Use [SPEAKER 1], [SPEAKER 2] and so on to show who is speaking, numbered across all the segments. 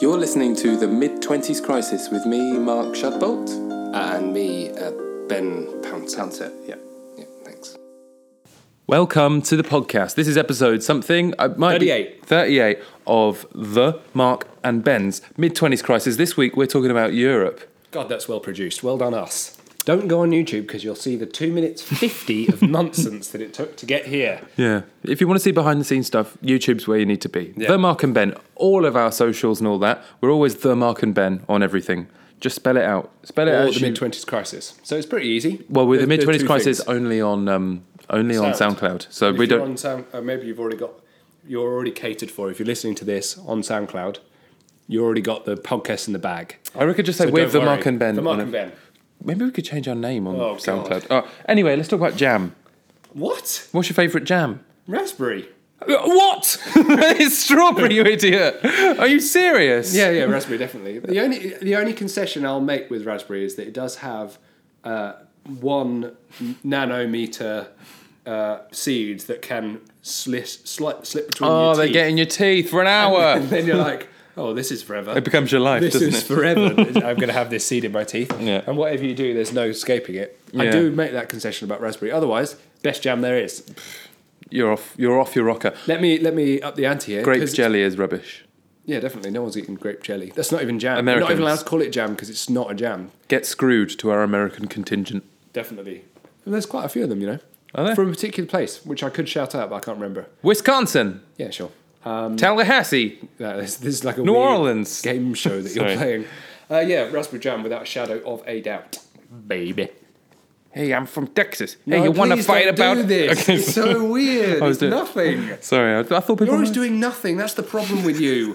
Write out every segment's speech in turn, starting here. [SPEAKER 1] You're listening to the Mid 20s Crisis with me, Mark Shadbolt.
[SPEAKER 2] and me, uh, Ben Pouncer.
[SPEAKER 1] Answer, yeah.
[SPEAKER 2] Yeah, thanks.
[SPEAKER 1] Welcome to the podcast. This is episode something. I might be-
[SPEAKER 2] 38.
[SPEAKER 1] 38 of the Mark and Ben's Mid 20s Crisis. This week we're talking about Europe.
[SPEAKER 2] God, that's well produced. Well done, us. Don't go on YouTube because you'll see the two minutes fifty of nonsense that it took to get here.
[SPEAKER 1] Yeah. If you want to see behind the scenes stuff, YouTube's where you need to be.
[SPEAKER 2] Yeah.
[SPEAKER 1] The Mark and Ben, all of our socials and all that. We're always The Mark and Ben on everything. Just spell it out. Spell it
[SPEAKER 2] Or
[SPEAKER 1] out.
[SPEAKER 2] the
[SPEAKER 1] as you-
[SPEAKER 2] mid twenties crisis. So it's pretty easy.
[SPEAKER 1] well, with the
[SPEAKER 2] They're-
[SPEAKER 1] mid
[SPEAKER 2] they're
[SPEAKER 1] twenties
[SPEAKER 2] two
[SPEAKER 1] crisis,
[SPEAKER 2] things.
[SPEAKER 1] only on um, only on
[SPEAKER 2] Sound.
[SPEAKER 1] SoundCloud. So
[SPEAKER 2] If
[SPEAKER 1] we
[SPEAKER 2] you're
[SPEAKER 1] don't.
[SPEAKER 2] on Sound, uh, maybe you've already got. You're already catered for. If you're listening to this on SoundCloud, you already got the podcast in the bag.
[SPEAKER 1] I reckon just say
[SPEAKER 2] So
[SPEAKER 1] with
[SPEAKER 2] don't
[SPEAKER 1] the
[SPEAKER 2] worry.
[SPEAKER 1] Mark and Ben.
[SPEAKER 2] The Mark
[SPEAKER 1] on it.
[SPEAKER 2] and Ben.
[SPEAKER 1] Maybe we could change our name on
[SPEAKER 2] Oh,
[SPEAKER 1] SoundCloud. Oh, anyway, let's talk about jam.
[SPEAKER 2] What?
[SPEAKER 1] What's your favourite jam? Uh,
[SPEAKER 2] Raspberry.
[SPEAKER 1] What? it's strawberry, you idiot. Are you serious?
[SPEAKER 2] Yeah, yeah, raspberry definitely. The only the only concession I'll make with raspberry is that it does have uh, one nanometer uh, seed that can slip slip, slip between
[SPEAKER 1] Oh,
[SPEAKER 2] your
[SPEAKER 1] they
[SPEAKER 2] teeth.
[SPEAKER 1] get in your teeth for an hour.
[SPEAKER 2] and then you're like, oh, this is forever.
[SPEAKER 1] it becomes your life,
[SPEAKER 2] This
[SPEAKER 1] doesn't
[SPEAKER 2] is
[SPEAKER 1] it?
[SPEAKER 2] forever. I'm going to have this seed in my teeth.
[SPEAKER 1] Yeah.
[SPEAKER 2] And whatever you do, there's no escaping it.
[SPEAKER 1] Yeah.
[SPEAKER 2] I do make that concession about raspberry. Otherwise, best jam there is.
[SPEAKER 1] You're off. You're off your rocker.
[SPEAKER 2] Let me let me up the ante here.
[SPEAKER 1] Grape
[SPEAKER 2] 'cause-
[SPEAKER 1] jelly is rubbish.
[SPEAKER 2] Yeah, definitely. No one's eating grape jelly. That's not even jam. We're Not
[SPEAKER 1] Americans.
[SPEAKER 2] even allowed to call it jam because it's not a jam.
[SPEAKER 1] Get screwed to our American contingent.
[SPEAKER 2] Definitely. And there's quite a few of them, you know.
[SPEAKER 1] Are there?
[SPEAKER 2] From a particular place, which I could shout out, but I can't remember.
[SPEAKER 1] Wisconsin,
[SPEAKER 2] Yeah, sure. Um,
[SPEAKER 1] Tallahassee,
[SPEAKER 2] Yeah, this, this is like a
[SPEAKER 1] New
[SPEAKER 2] weird
[SPEAKER 1] Orleans.
[SPEAKER 2] game show that you're
[SPEAKER 1] Sorry.
[SPEAKER 2] playing. Uh, yeah, Raspberry Jam without a shadow of a doubt. Baby.
[SPEAKER 1] Hey, I'm from Texas.
[SPEAKER 2] No,
[SPEAKER 1] hey, you want to
[SPEAKER 2] please
[SPEAKER 1] fight
[SPEAKER 2] don't
[SPEAKER 1] about
[SPEAKER 2] do this?
[SPEAKER 1] Okay,
[SPEAKER 2] It's so weird.
[SPEAKER 1] I was
[SPEAKER 2] It's
[SPEAKER 1] doing-
[SPEAKER 2] nothing.
[SPEAKER 1] Sorry, I, I thought people.
[SPEAKER 2] You're always
[SPEAKER 1] were-
[SPEAKER 2] doing nothing. That's the problem with you.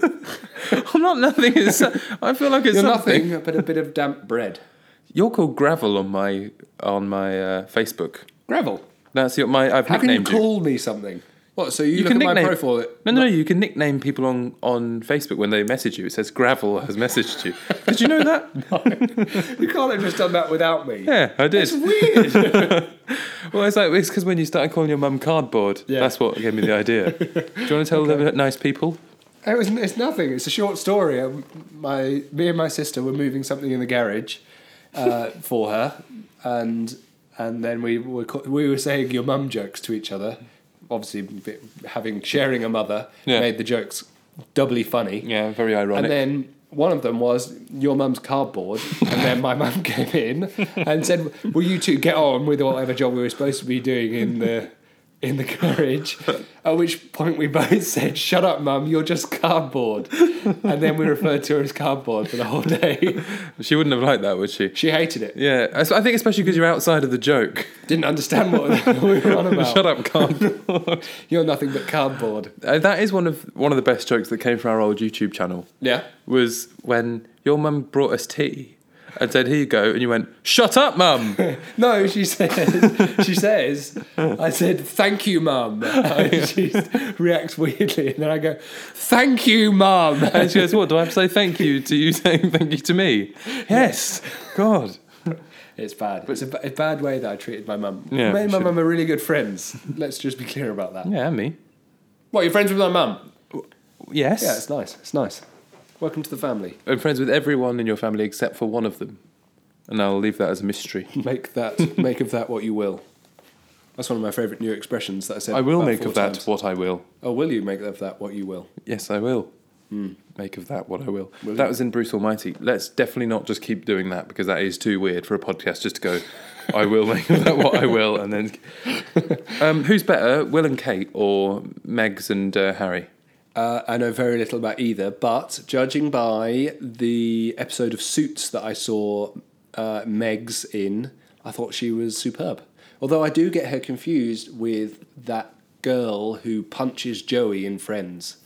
[SPEAKER 1] I'm not nothing. It's, I feel like it's
[SPEAKER 2] You're
[SPEAKER 1] something.
[SPEAKER 2] nothing but a bit of damp bread.
[SPEAKER 1] You're called Gravel on my on my uh, Facebook.
[SPEAKER 2] Gravel.
[SPEAKER 1] That's your my. I've
[SPEAKER 2] How can you
[SPEAKER 1] nicknamed
[SPEAKER 2] call me something? What? So you,
[SPEAKER 1] You
[SPEAKER 2] look
[SPEAKER 1] can
[SPEAKER 2] at my
[SPEAKER 1] nickname.
[SPEAKER 2] profile.
[SPEAKER 1] No, no, no. You can nickname people on on Facebook when they message you. It says Gravel has messaged you. Did you know that?
[SPEAKER 2] You can't have just done that without me.
[SPEAKER 1] Yeah, I did.
[SPEAKER 2] It's weird.
[SPEAKER 1] Well, it's like it's because when you started calling your mum cardboard,
[SPEAKER 2] Yeah.
[SPEAKER 1] that's what gave me the idea. Do you want to tell the nice people?
[SPEAKER 2] It was, it's nothing. It's a short story. Um, My me and my sister were moving something in the garage uh, for her, and and then we were co- we were saying your mum jokes to each other. Obviously, bit- having sharing a mother
[SPEAKER 1] Yeah.
[SPEAKER 2] made the jokes doubly funny.
[SPEAKER 1] Yeah, very ironic.
[SPEAKER 2] And then one of them was your mum's cardboard, and then my mum came in and said, "Will you two get on with whatever job we were supposed to be doing in the in the carriage?" At which point we both said, "Shut up, mum! You're just cardboard." And then we referred to her as cardboard for the whole day.
[SPEAKER 1] she wouldn't have liked that, would she?
[SPEAKER 2] She hated it.
[SPEAKER 1] Yeah, I s- I think especially because you're outside of the joke.
[SPEAKER 2] Didn't understand what we were on about.
[SPEAKER 1] Shut up, cardboard.
[SPEAKER 2] You're nothing but cardboard.
[SPEAKER 1] Uh, that is one of one of the best jokes that came from our old YouTube channel.
[SPEAKER 2] Yeah.
[SPEAKER 1] Was when your mum brought us tea and said, "Here you go," and you went, "Shut up, mum."
[SPEAKER 2] No, she says. She says. I said, "Thank you, mum." And she reacts weirdly, and then I go, "Thank you, mum."
[SPEAKER 1] And she goes, "What do I have to say? Thank you to you saying thank you to me." Yes, God.
[SPEAKER 2] It's bad. It's a, ba- a bad way that I treated my mum.
[SPEAKER 1] Yeah,
[SPEAKER 2] me and my
[SPEAKER 1] sure.
[SPEAKER 2] mum are really good friends. Let's just be clear about that.
[SPEAKER 1] Yeah, me.
[SPEAKER 2] What? You're friends with my mum?
[SPEAKER 1] Yes.
[SPEAKER 2] Yeah, it's nice. It's nice. Welcome to the family.
[SPEAKER 1] I'm friends with everyone in your family except for one of them, and I'll leave that as a mystery.
[SPEAKER 2] Make that. make of that what you will. That's one of my favourite new expressions that I said.
[SPEAKER 1] I will
[SPEAKER 2] about
[SPEAKER 1] make
[SPEAKER 2] four
[SPEAKER 1] of that
[SPEAKER 2] times.
[SPEAKER 1] what I will.
[SPEAKER 2] Oh, will you make of that what you will?
[SPEAKER 1] Yes, I will. Make of that what I Hmm. will.
[SPEAKER 2] Will
[SPEAKER 1] that
[SPEAKER 2] you?
[SPEAKER 1] was in Bruce Almighty. Let's definitely not just keep doing that because that is too weird for a podcast just to go, I will make of that what I will. And then. Um, who's better, Will and Kate or Megs and uh, Harry?
[SPEAKER 2] Uh, I know very little about either, but judging by the episode of Suits that I saw uh, Megs in, I thought she was superb. Although I do get her confused with that girl who punches Joey in Friends.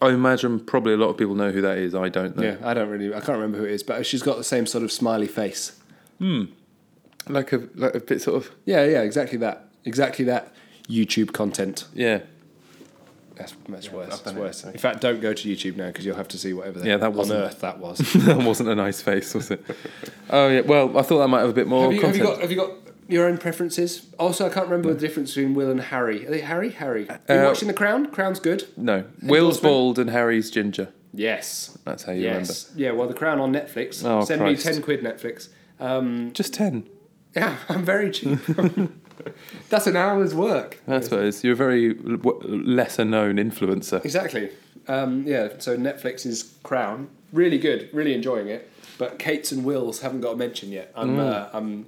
[SPEAKER 1] I imagine probably a lot of people know who that is. I don't know.
[SPEAKER 2] Yeah, I don't really, I can't remember who it is, but she's got the same sort of smiley face.
[SPEAKER 1] Like a like a bit sort of
[SPEAKER 2] Yeah, yeah, exactly that. Exactly that YouTube content.
[SPEAKER 1] yeah
[SPEAKER 2] That's, that's worse.
[SPEAKER 1] I've
[SPEAKER 2] That's
[SPEAKER 1] done it,
[SPEAKER 2] worse.
[SPEAKER 1] so-
[SPEAKER 2] In fact, don't go to YouTube now because you'll have to see whatever the
[SPEAKER 1] Yeah, that
[SPEAKER 2] hell on
[SPEAKER 1] wasn't-
[SPEAKER 2] earth that was.
[SPEAKER 1] that wasn't a nice face was it oh yeah well I thought that might have a bit more
[SPEAKER 2] Have you, have
[SPEAKER 1] content
[SPEAKER 2] you got have you got your own preferences? Also, I can't remember the difference between Will and Harry. Are they Harry? Harry. Are you
[SPEAKER 1] Uh,
[SPEAKER 2] watching The Crown? Crown's good.
[SPEAKER 1] no Will's
[SPEAKER 2] Endorsement?
[SPEAKER 1] bald and Harry's ginger
[SPEAKER 2] Yes.
[SPEAKER 1] That's how you
[SPEAKER 2] yes. Yeah, well, The Crown on Netflix.
[SPEAKER 1] Oh,
[SPEAKER 2] Send
[SPEAKER 1] Christ.
[SPEAKER 2] me 10 quid Netflix. Um,
[SPEAKER 1] remember. Just 10.
[SPEAKER 2] yeah, I'm very cheap. That's an hour's work.
[SPEAKER 1] That's what it is. You're a very l- w- lesser known influencer.
[SPEAKER 2] Exactly. Um, yeah, so Netflix's Crown. Really good, really enjoying it. But Kate's and Will's haven't got a mention yet. I'm, uh, I'm,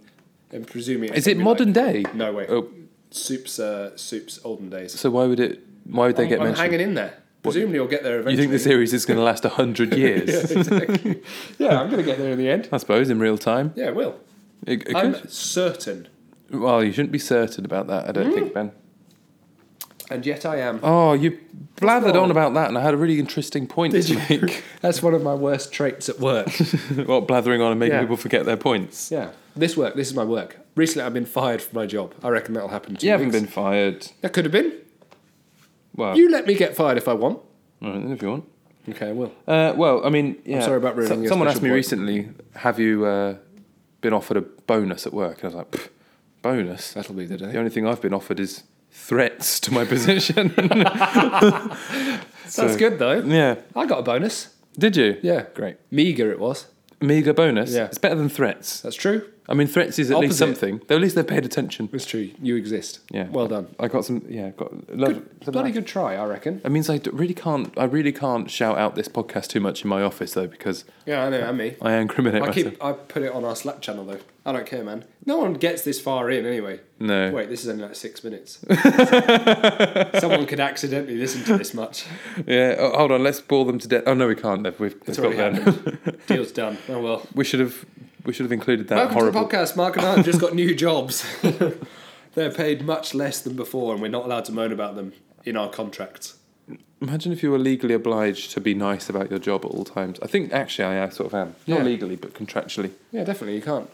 [SPEAKER 2] I'm presuming. it's
[SPEAKER 1] Mm. Is it
[SPEAKER 2] gonna be
[SPEAKER 1] modern
[SPEAKER 2] like-
[SPEAKER 1] day?
[SPEAKER 2] No way.
[SPEAKER 1] Oh,
[SPEAKER 2] Soup's, uh, soup's olden days.
[SPEAKER 1] so why would it? Why would they
[SPEAKER 2] I'm,
[SPEAKER 1] get
[SPEAKER 2] I'm
[SPEAKER 1] mentioned?
[SPEAKER 2] hanging in there. Presumably, you'll get there
[SPEAKER 1] You
[SPEAKER 2] eventually.
[SPEAKER 1] think the series is going to last hundred years?
[SPEAKER 2] yeah, exactly. yeah, I'm going to get there in the end.
[SPEAKER 1] I suppose in real time.
[SPEAKER 2] Yeah, it will.
[SPEAKER 1] It, it
[SPEAKER 2] I'm
[SPEAKER 1] could.
[SPEAKER 2] certain,
[SPEAKER 1] Well, you shouldn't be certain about that. I don't
[SPEAKER 2] Mm.
[SPEAKER 1] think, Ben.
[SPEAKER 2] and yet I am.
[SPEAKER 1] Oh, you blathered
[SPEAKER 2] wrong?
[SPEAKER 1] on about that, and I had a really interesting point
[SPEAKER 2] Did
[SPEAKER 1] to
[SPEAKER 2] you?
[SPEAKER 1] make.
[SPEAKER 2] That's one of my worst traits at work.
[SPEAKER 1] well, blathering on and making
[SPEAKER 2] Yeah.
[SPEAKER 1] people forget their points.
[SPEAKER 2] yeah, this work. This is my work. Recently, I've been fired from my job. I reckon that'll happen to
[SPEAKER 1] You haven't been fired.
[SPEAKER 2] That could have been.
[SPEAKER 1] Well,
[SPEAKER 2] You let me get fired if I want.
[SPEAKER 1] all right, if you want.
[SPEAKER 2] Okay, I will.
[SPEAKER 1] Uh, well, I mean, yeah.
[SPEAKER 2] sorry about ruining your
[SPEAKER 1] Someone
[SPEAKER 2] special
[SPEAKER 1] asked me
[SPEAKER 2] point.
[SPEAKER 1] recently, "Have you uh, been offered a bonus at work?" And I was like, "Pff, "Bonus?
[SPEAKER 2] That'll be the
[SPEAKER 1] The
[SPEAKER 2] day.
[SPEAKER 1] only thing I've been offered is threats to my position."
[SPEAKER 2] That's good though.
[SPEAKER 1] yeah.
[SPEAKER 2] I got a bonus.
[SPEAKER 1] Did you?
[SPEAKER 2] Yeah,
[SPEAKER 1] Great.
[SPEAKER 2] meager it was.
[SPEAKER 1] Meager bonus.
[SPEAKER 2] Yeah.
[SPEAKER 1] It's better than threats.
[SPEAKER 2] That's true.
[SPEAKER 1] I mean, threats is at least
[SPEAKER 2] Opposite.
[SPEAKER 1] something. Though at least they paid attention.
[SPEAKER 2] It's true. You exist.
[SPEAKER 1] Yeah.
[SPEAKER 2] Well done.
[SPEAKER 1] I got some. Yeah. Got love. some
[SPEAKER 2] Bloody
[SPEAKER 1] laugh.
[SPEAKER 2] good try, I reckon.
[SPEAKER 1] It means I d- really can't. I really can't shout out this podcast too much in my office though, because
[SPEAKER 2] Yeah, I know. I'm me.
[SPEAKER 1] I incriminate
[SPEAKER 2] I
[SPEAKER 1] myself.
[SPEAKER 2] keep. I put it on our Slack channel though. I don't care, man. No one gets this far in anyway.
[SPEAKER 1] No.
[SPEAKER 2] Wait, this is only like six minutes. Someone could accidentally listen to this much.
[SPEAKER 1] Yeah, oh, hold on, let's bore them to death. Oh no, we can't. They've, we've they've
[SPEAKER 2] It's
[SPEAKER 1] got
[SPEAKER 2] already
[SPEAKER 1] them.
[SPEAKER 2] happened. Deal's done. Oh well.
[SPEAKER 1] We should have we should have included that
[SPEAKER 2] Welcome
[SPEAKER 1] horrible.
[SPEAKER 2] to the podcast. Mark and I have just got new jobs. They're paid much less than before, and we're not allowed to moan about them in our contracts.
[SPEAKER 1] Imagine if you were legally obliged to be nice about your job at all times. I think actually I, I sort of am. Not
[SPEAKER 2] Yeah.
[SPEAKER 1] legally, but contractually.
[SPEAKER 2] Yeah, definitely. You can't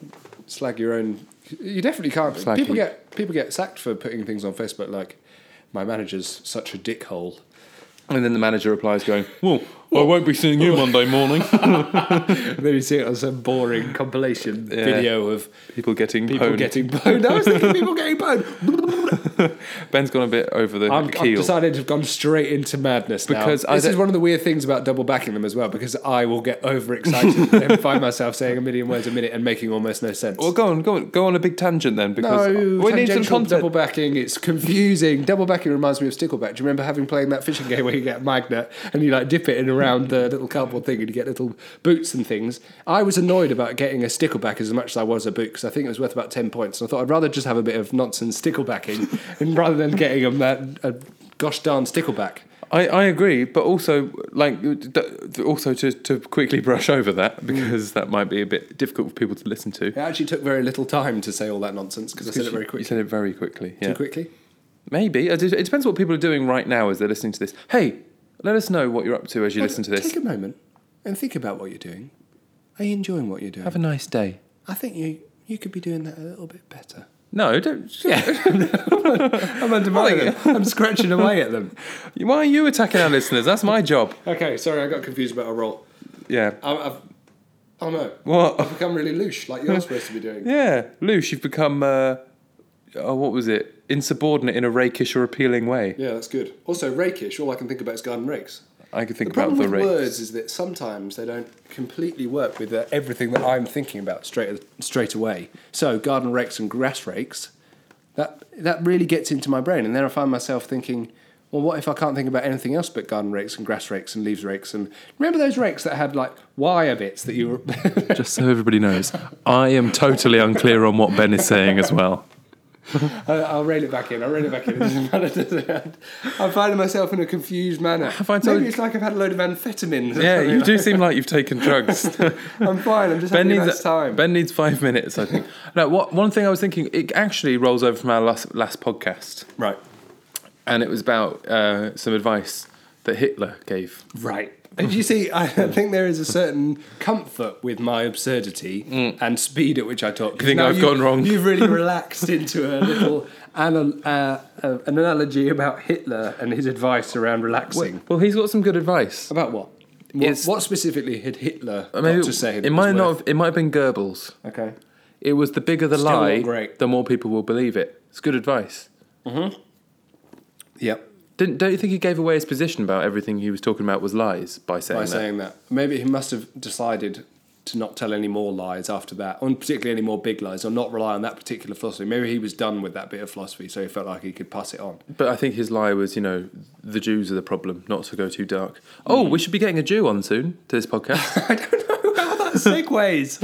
[SPEAKER 2] slag your own. You definitely can't.
[SPEAKER 1] Slag
[SPEAKER 2] people
[SPEAKER 1] heap.
[SPEAKER 2] get people get sacked for putting things on Facebook like, "My manager's such a dickhole."
[SPEAKER 1] And then the manager replies, going, "Well, I won't be seeing you Monday morning."
[SPEAKER 2] And then you see it on some boring compilation
[SPEAKER 1] Yeah.
[SPEAKER 2] video of
[SPEAKER 1] people getting
[SPEAKER 2] people
[SPEAKER 1] pwned.
[SPEAKER 2] getting boned. I was thinking people getting boned.
[SPEAKER 1] Ben's gone a bit over the
[SPEAKER 2] I'm, I've
[SPEAKER 1] keel.
[SPEAKER 2] decided I've gone straight into madness now.
[SPEAKER 1] Because I
[SPEAKER 2] this is
[SPEAKER 1] don't-
[SPEAKER 2] one of the weird things about double backing them as well, because I will get overexcited and find myself saying a million words a minute and making almost no sense.
[SPEAKER 1] well, go on, go on, go on a big tangent then, because we need some
[SPEAKER 2] tangential
[SPEAKER 1] content.
[SPEAKER 2] Double backing, it's confusing. Double backing reminds me of stickleback. Do you remember having playing that fishing game where you get a magnet and you like dip it in around the little cardboard thing and you get little boots and things? I was annoyed about getting a stickleback as much as I was a boot because I think it was worth about ten points. And I thought I'd rather just have a bit of nonsense sticklebacking and rather than getting a, ma- a gosh darn stickleback.
[SPEAKER 1] I, I agree, but also like d- also to, to quickly brush over that because that might be a bit difficult for people to listen to.
[SPEAKER 2] It actually took very little time to say all that nonsense because I said it very
[SPEAKER 1] You
[SPEAKER 2] quickly.
[SPEAKER 1] said it very quickly. Yeah.
[SPEAKER 2] Too quickly.
[SPEAKER 1] Maybe it it depends what people are doing right now as they're listening to this. Hey, let us know what you're up to as you listen to this.
[SPEAKER 2] Take a moment and think about what you're doing. Are you enjoying what you're doing?
[SPEAKER 1] Have a nice day.
[SPEAKER 2] I think you you could be doing that a little bit better.
[SPEAKER 1] No, don't.
[SPEAKER 2] I'm undermining them. I'm scratching away at them.
[SPEAKER 1] Why are you attacking our listeners? That's my job.
[SPEAKER 2] Okay, sorry, I got confused about a role.
[SPEAKER 1] Yeah.
[SPEAKER 2] I, I've, oh no,
[SPEAKER 1] What?
[SPEAKER 2] I've become really louche, like you're supposed to be doing.
[SPEAKER 1] Yeah, Luce, you've become. Uh, oh, what was it? Insubordinate in a rakish or appealing way.
[SPEAKER 2] Yeah, that's good. Also, rakish. All I can think about is garden rakes.
[SPEAKER 1] I could
[SPEAKER 2] The
[SPEAKER 1] think
[SPEAKER 2] problem
[SPEAKER 1] about the
[SPEAKER 2] with
[SPEAKER 1] rake.
[SPEAKER 2] words is that sometimes they don't completely work with uh, everything that I'm thinking about straight straight away. So garden rakes and grass rakes, that that really gets into my brain, and then I find myself thinking, well, what if I can't think about anything else but garden rakes and grass rakes and leaves rakes? And remember those rakes that had like wire bits that you were.
[SPEAKER 1] Just so everybody knows, I am totally unclear on what Ben is saying as well.
[SPEAKER 2] I, I'll reel it back in. I'll reel it back in. It doesn't matter, does it? I'm finding myself in a confused manner.
[SPEAKER 1] Have I told-
[SPEAKER 2] Maybe it's like I've had a load of amphetamines. or
[SPEAKER 1] Yeah,
[SPEAKER 2] something.
[SPEAKER 1] you do seem like you've taken drugs.
[SPEAKER 2] I'm fine. I'm just
[SPEAKER 1] Ben
[SPEAKER 2] having
[SPEAKER 1] needs
[SPEAKER 2] a nice time.
[SPEAKER 1] Ben needs five minutes, I think. No, what, one thing I was thinking, it actually rolls over from our last last podcast,
[SPEAKER 2] Right.
[SPEAKER 1] and it was about uh, some advice that Hitler gave.
[SPEAKER 2] Right. And you see, I think there is a certain comfort with my absurdity and speed at which I talk. 'Cause
[SPEAKER 1] Mm. think
[SPEAKER 2] now
[SPEAKER 1] I've gone wrong?
[SPEAKER 2] You've really relaxed into a little anal- uh, uh, an analogy about Hitler and his advice around relaxing.
[SPEAKER 1] Well, he's got some good advice.
[SPEAKER 2] About what? What,
[SPEAKER 1] It's-
[SPEAKER 2] what specifically had Hitler
[SPEAKER 1] I mean,
[SPEAKER 2] got to say? that
[SPEAKER 1] it
[SPEAKER 2] was
[SPEAKER 1] might not.
[SPEAKER 2] worth-
[SPEAKER 1] Have, it might have been Goebbels.
[SPEAKER 2] Okay.
[SPEAKER 1] It was the bigger the
[SPEAKER 2] Still not
[SPEAKER 1] lie,
[SPEAKER 2] great.
[SPEAKER 1] the more people will believe it. It's good advice.
[SPEAKER 2] Yep.
[SPEAKER 1] Didn't, don't you think he gave away his position about everything he was talking about was lies by saying
[SPEAKER 2] by
[SPEAKER 1] that?
[SPEAKER 2] saying that. Maybe he must have decided to not tell any more lies after that, or particularly any more big lies, or not rely on that particular philosophy. Maybe he was done with that bit of philosophy, so he felt like he could pass it on.
[SPEAKER 1] But I think his lie was, you know, the Jews are the problem, not to go too dark.
[SPEAKER 2] Hmm.
[SPEAKER 1] Oh, we should be getting a Jew on soon to this podcast.
[SPEAKER 2] Segways.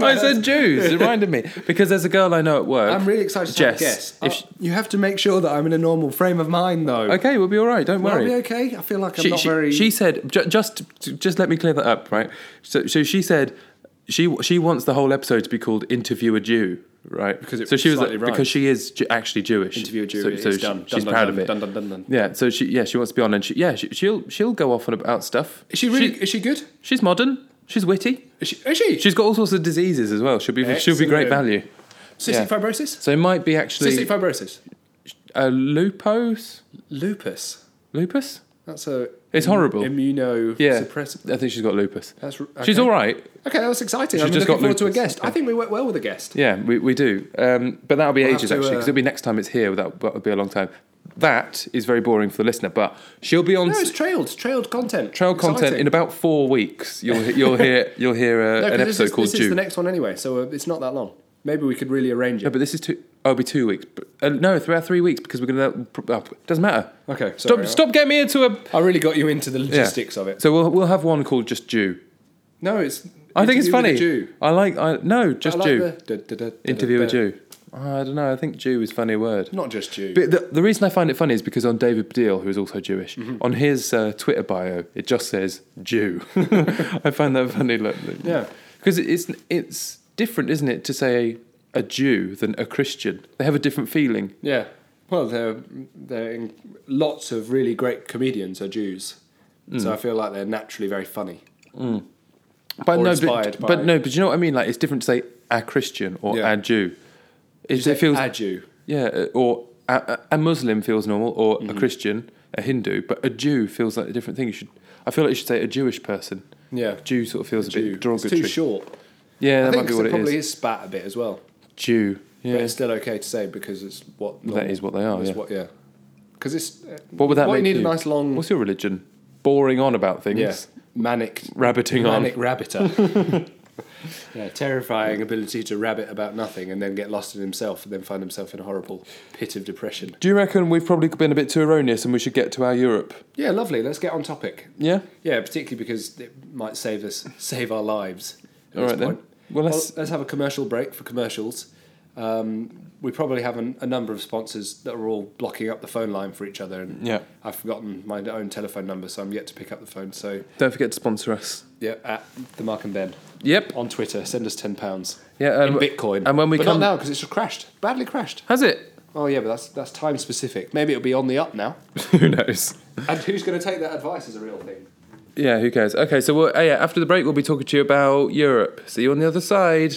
[SPEAKER 1] I said Jews, it reminded me. Because there's a girl I know at work.
[SPEAKER 2] I'm really excited to
[SPEAKER 1] Jess,
[SPEAKER 2] have a guess.
[SPEAKER 1] if
[SPEAKER 2] Oh,
[SPEAKER 1] she-
[SPEAKER 2] you have to make sure that I'm in a normal frame of mind, though.
[SPEAKER 1] okay, we'll be all right, don't
[SPEAKER 2] Will I
[SPEAKER 1] worry.
[SPEAKER 2] be okay? I feel like Uh, I'm
[SPEAKER 1] she,
[SPEAKER 2] not
[SPEAKER 1] she,
[SPEAKER 2] very.
[SPEAKER 1] she said ju- just just let me clear that up right so, so she said she she wants the whole episode to be called interview a jew right
[SPEAKER 2] Because it
[SPEAKER 1] so she was like,
[SPEAKER 2] slightly rhymes.
[SPEAKER 1] because she is ju- actually jewish
[SPEAKER 2] interview a Jew.
[SPEAKER 1] so,
[SPEAKER 2] it's
[SPEAKER 1] so she-
[SPEAKER 2] done.
[SPEAKER 1] she's
[SPEAKER 2] done,
[SPEAKER 1] proud
[SPEAKER 2] done,
[SPEAKER 1] of it
[SPEAKER 2] Done, done, done, done.
[SPEAKER 1] yeah so she yeah she wants to be on and she yeah she, she'll she'll go off on about stuff
[SPEAKER 2] Is she really? is she good?
[SPEAKER 1] she's modern she's witty
[SPEAKER 2] Is she? Is she?
[SPEAKER 1] she's got all sorts of diseases as well she'll be she'll be great
[SPEAKER 2] Excellent.
[SPEAKER 1] value
[SPEAKER 2] Cystic
[SPEAKER 1] yeah.
[SPEAKER 2] fibrosis.
[SPEAKER 1] so it might be actually
[SPEAKER 2] Cystic fibrosis.
[SPEAKER 1] uh, lupus
[SPEAKER 2] Lupus.
[SPEAKER 1] lupus
[SPEAKER 2] That's a.
[SPEAKER 1] It's horrible.
[SPEAKER 2] Immunosuppressive.
[SPEAKER 1] yeah i think she's got lupus
[SPEAKER 2] That's r-
[SPEAKER 1] she's
[SPEAKER 2] okay.
[SPEAKER 1] all right
[SPEAKER 2] Okay, that was exciting.
[SPEAKER 1] She's
[SPEAKER 2] I'm
[SPEAKER 1] just
[SPEAKER 2] looking
[SPEAKER 1] got
[SPEAKER 2] forward to a
[SPEAKER 1] lupus.
[SPEAKER 2] guest. I think we worked well with a guest.
[SPEAKER 1] Yeah, we, we do. Um, but that'll be
[SPEAKER 2] have
[SPEAKER 1] ages
[SPEAKER 2] to,
[SPEAKER 1] actually,
[SPEAKER 2] uh,
[SPEAKER 1] because it'll be next time it's here. That will be a long time. That is very boring for the listener, but she'll be on
[SPEAKER 2] No,
[SPEAKER 1] s-
[SPEAKER 2] it's trailed, trailed content.
[SPEAKER 1] trail content in about four weeks. You'll you'll hear you'll hear uh, an
[SPEAKER 2] this
[SPEAKER 1] episode
[SPEAKER 2] is,
[SPEAKER 1] called
[SPEAKER 2] this is
[SPEAKER 1] June.
[SPEAKER 2] the next one anyway, so uh, it's not that long. Maybe we could really arrange
[SPEAKER 1] no,
[SPEAKER 2] it.
[SPEAKER 1] but this is two. Oh, it'll be two weeks. But, uh, no, throughout three weeks because we're gonna. Uh, doesn't matter.
[SPEAKER 2] Okay,
[SPEAKER 1] Stop
[SPEAKER 2] sorry.
[SPEAKER 1] stop getting me into a
[SPEAKER 2] I really got you into the
[SPEAKER 1] yeah.
[SPEAKER 2] logistics of it.
[SPEAKER 1] So we'll we'll have one called just Jew.
[SPEAKER 2] No, it's.
[SPEAKER 1] I think it's
[SPEAKER 2] Interview with a
[SPEAKER 1] funny.
[SPEAKER 2] Jew.
[SPEAKER 1] I like I no just
[SPEAKER 2] I like
[SPEAKER 1] Jew.
[SPEAKER 2] the- da- da- da- da-
[SPEAKER 1] Interview a
[SPEAKER 2] da-
[SPEAKER 1] Jew. I don't know. I think Jew is a funny word.
[SPEAKER 2] Not just Jew.
[SPEAKER 1] But the, the reason I find it funny is because on David Baddiel, who is also Jewish,
[SPEAKER 2] Mm-hmm.
[SPEAKER 1] on his uh, Twitter bio, it just says Jew. I find that funny. Like,
[SPEAKER 2] Yeah.
[SPEAKER 1] Because it's, it's different, isn't it, to say a Jew than a Christian? They have a different feeling.
[SPEAKER 2] Yeah. Well, they're, they're in, lots of really great comedians are Jews.
[SPEAKER 1] Mm.
[SPEAKER 2] So I feel like they're naturally very funny.
[SPEAKER 1] But
[SPEAKER 2] Or
[SPEAKER 1] no,
[SPEAKER 2] inspired
[SPEAKER 1] but,
[SPEAKER 2] by-
[SPEAKER 1] but no, but you know what I mean? Like, it's different to say a Christian or
[SPEAKER 2] Yeah.
[SPEAKER 1] a Jew. It,
[SPEAKER 2] They're
[SPEAKER 1] it feels,
[SPEAKER 2] a Ah, Jew.
[SPEAKER 1] yeah, uh, or a, a- a Muslim feels normal, or a
[SPEAKER 2] Mm-hmm.
[SPEAKER 1] Christian, a Hindu, but a Jew feels like a different thing. You should, I feel like you should say a Jewish person.
[SPEAKER 2] Yeah.
[SPEAKER 1] Jew sort of feels a,
[SPEAKER 2] Jew.
[SPEAKER 1] bit
[SPEAKER 2] It's
[SPEAKER 1] derogatory.
[SPEAKER 2] too short.
[SPEAKER 1] Yeah, that
[SPEAKER 2] I
[SPEAKER 1] might
[SPEAKER 2] think
[SPEAKER 1] be what
[SPEAKER 2] it
[SPEAKER 1] it
[SPEAKER 2] probably
[SPEAKER 1] is.
[SPEAKER 2] is spat a bit as well.
[SPEAKER 1] Jew. Yeah.
[SPEAKER 2] But it's still okay to say because it's what normal-
[SPEAKER 1] is what they are,
[SPEAKER 2] it's
[SPEAKER 1] yeah.
[SPEAKER 2] What, yeah. Because it's uh,
[SPEAKER 1] What would that
[SPEAKER 2] why
[SPEAKER 1] make
[SPEAKER 2] you need
[SPEAKER 1] you?
[SPEAKER 2] a nice long
[SPEAKER 1] What's your religion? Boring on about things.
[SPEAKER 2] yeah, manic
[SPEAKER 1] Rabbiting
[SPEAKER 2] manic
[SPEAKER 1] on.
[SPEAKER 2] rabbitter. yeah, terrifying ability to rabbit about nothing and then get lost in himself and then find himself in a horrible pit of depression.
[SPEAKER 1] Do you reckon we've probably been a bit too erroneous and we should get to our Europe?
[SPEAKER 2] Yeah, lovely. Let's get on topic.
[SPEAKER 1] Yeah?
[SPEAKER 2] Yeah, particularly because it might save us, save our lives. at
[SPEAKER 1] All
[SPEAKER 2] this
[SPEAKER 1] right then.
[SPEAKER 2] point.
[SPEAKER 1] Well,
[SPEAKER 2] Well,
[SPEAKER 1] let's.
[SPEAKER 2] let's, have a commercial break for commercials. Um, we probably have an, a number of sponsors that are all blocking up the phone line for each other, and
[SPEAKER 1] Yeah.
[SPEAKER 2] I've forgotten my own telephone number, so I'm yet to pick up the phone. So
[SPEAKER 1] Don't forget to sponsor us.
[SPEAKER 2] yeah, at the Mark and Ben
[SPEAKER 1] Yep.
[SPEAKER 2] on Twitter, send us ten pounds
[SPEAKER 1] Yeah. Um,
[SPEAKER 2] in Bitcoin,
[SPEAKER 1] And when we
[SPEAKER 2] but
[SPEAKER 1] come.
[SPEAKER 2] not now because it's just crashed, badly crashed.
[SPEAKER 1] Has it?
[SPEAKER 2] Oh yeah, but that's that's time specific. Maybe it'll be on the up now.
[SPEAKER 1] who knows?
[SPEAKER 2] and who's going to take that advice is a real thing.
[SPEAKER 1] Yeah, who cares? Okay, so we'll, uh, yeah, after the break, we'll be talking to you about Europe. See you on the other side.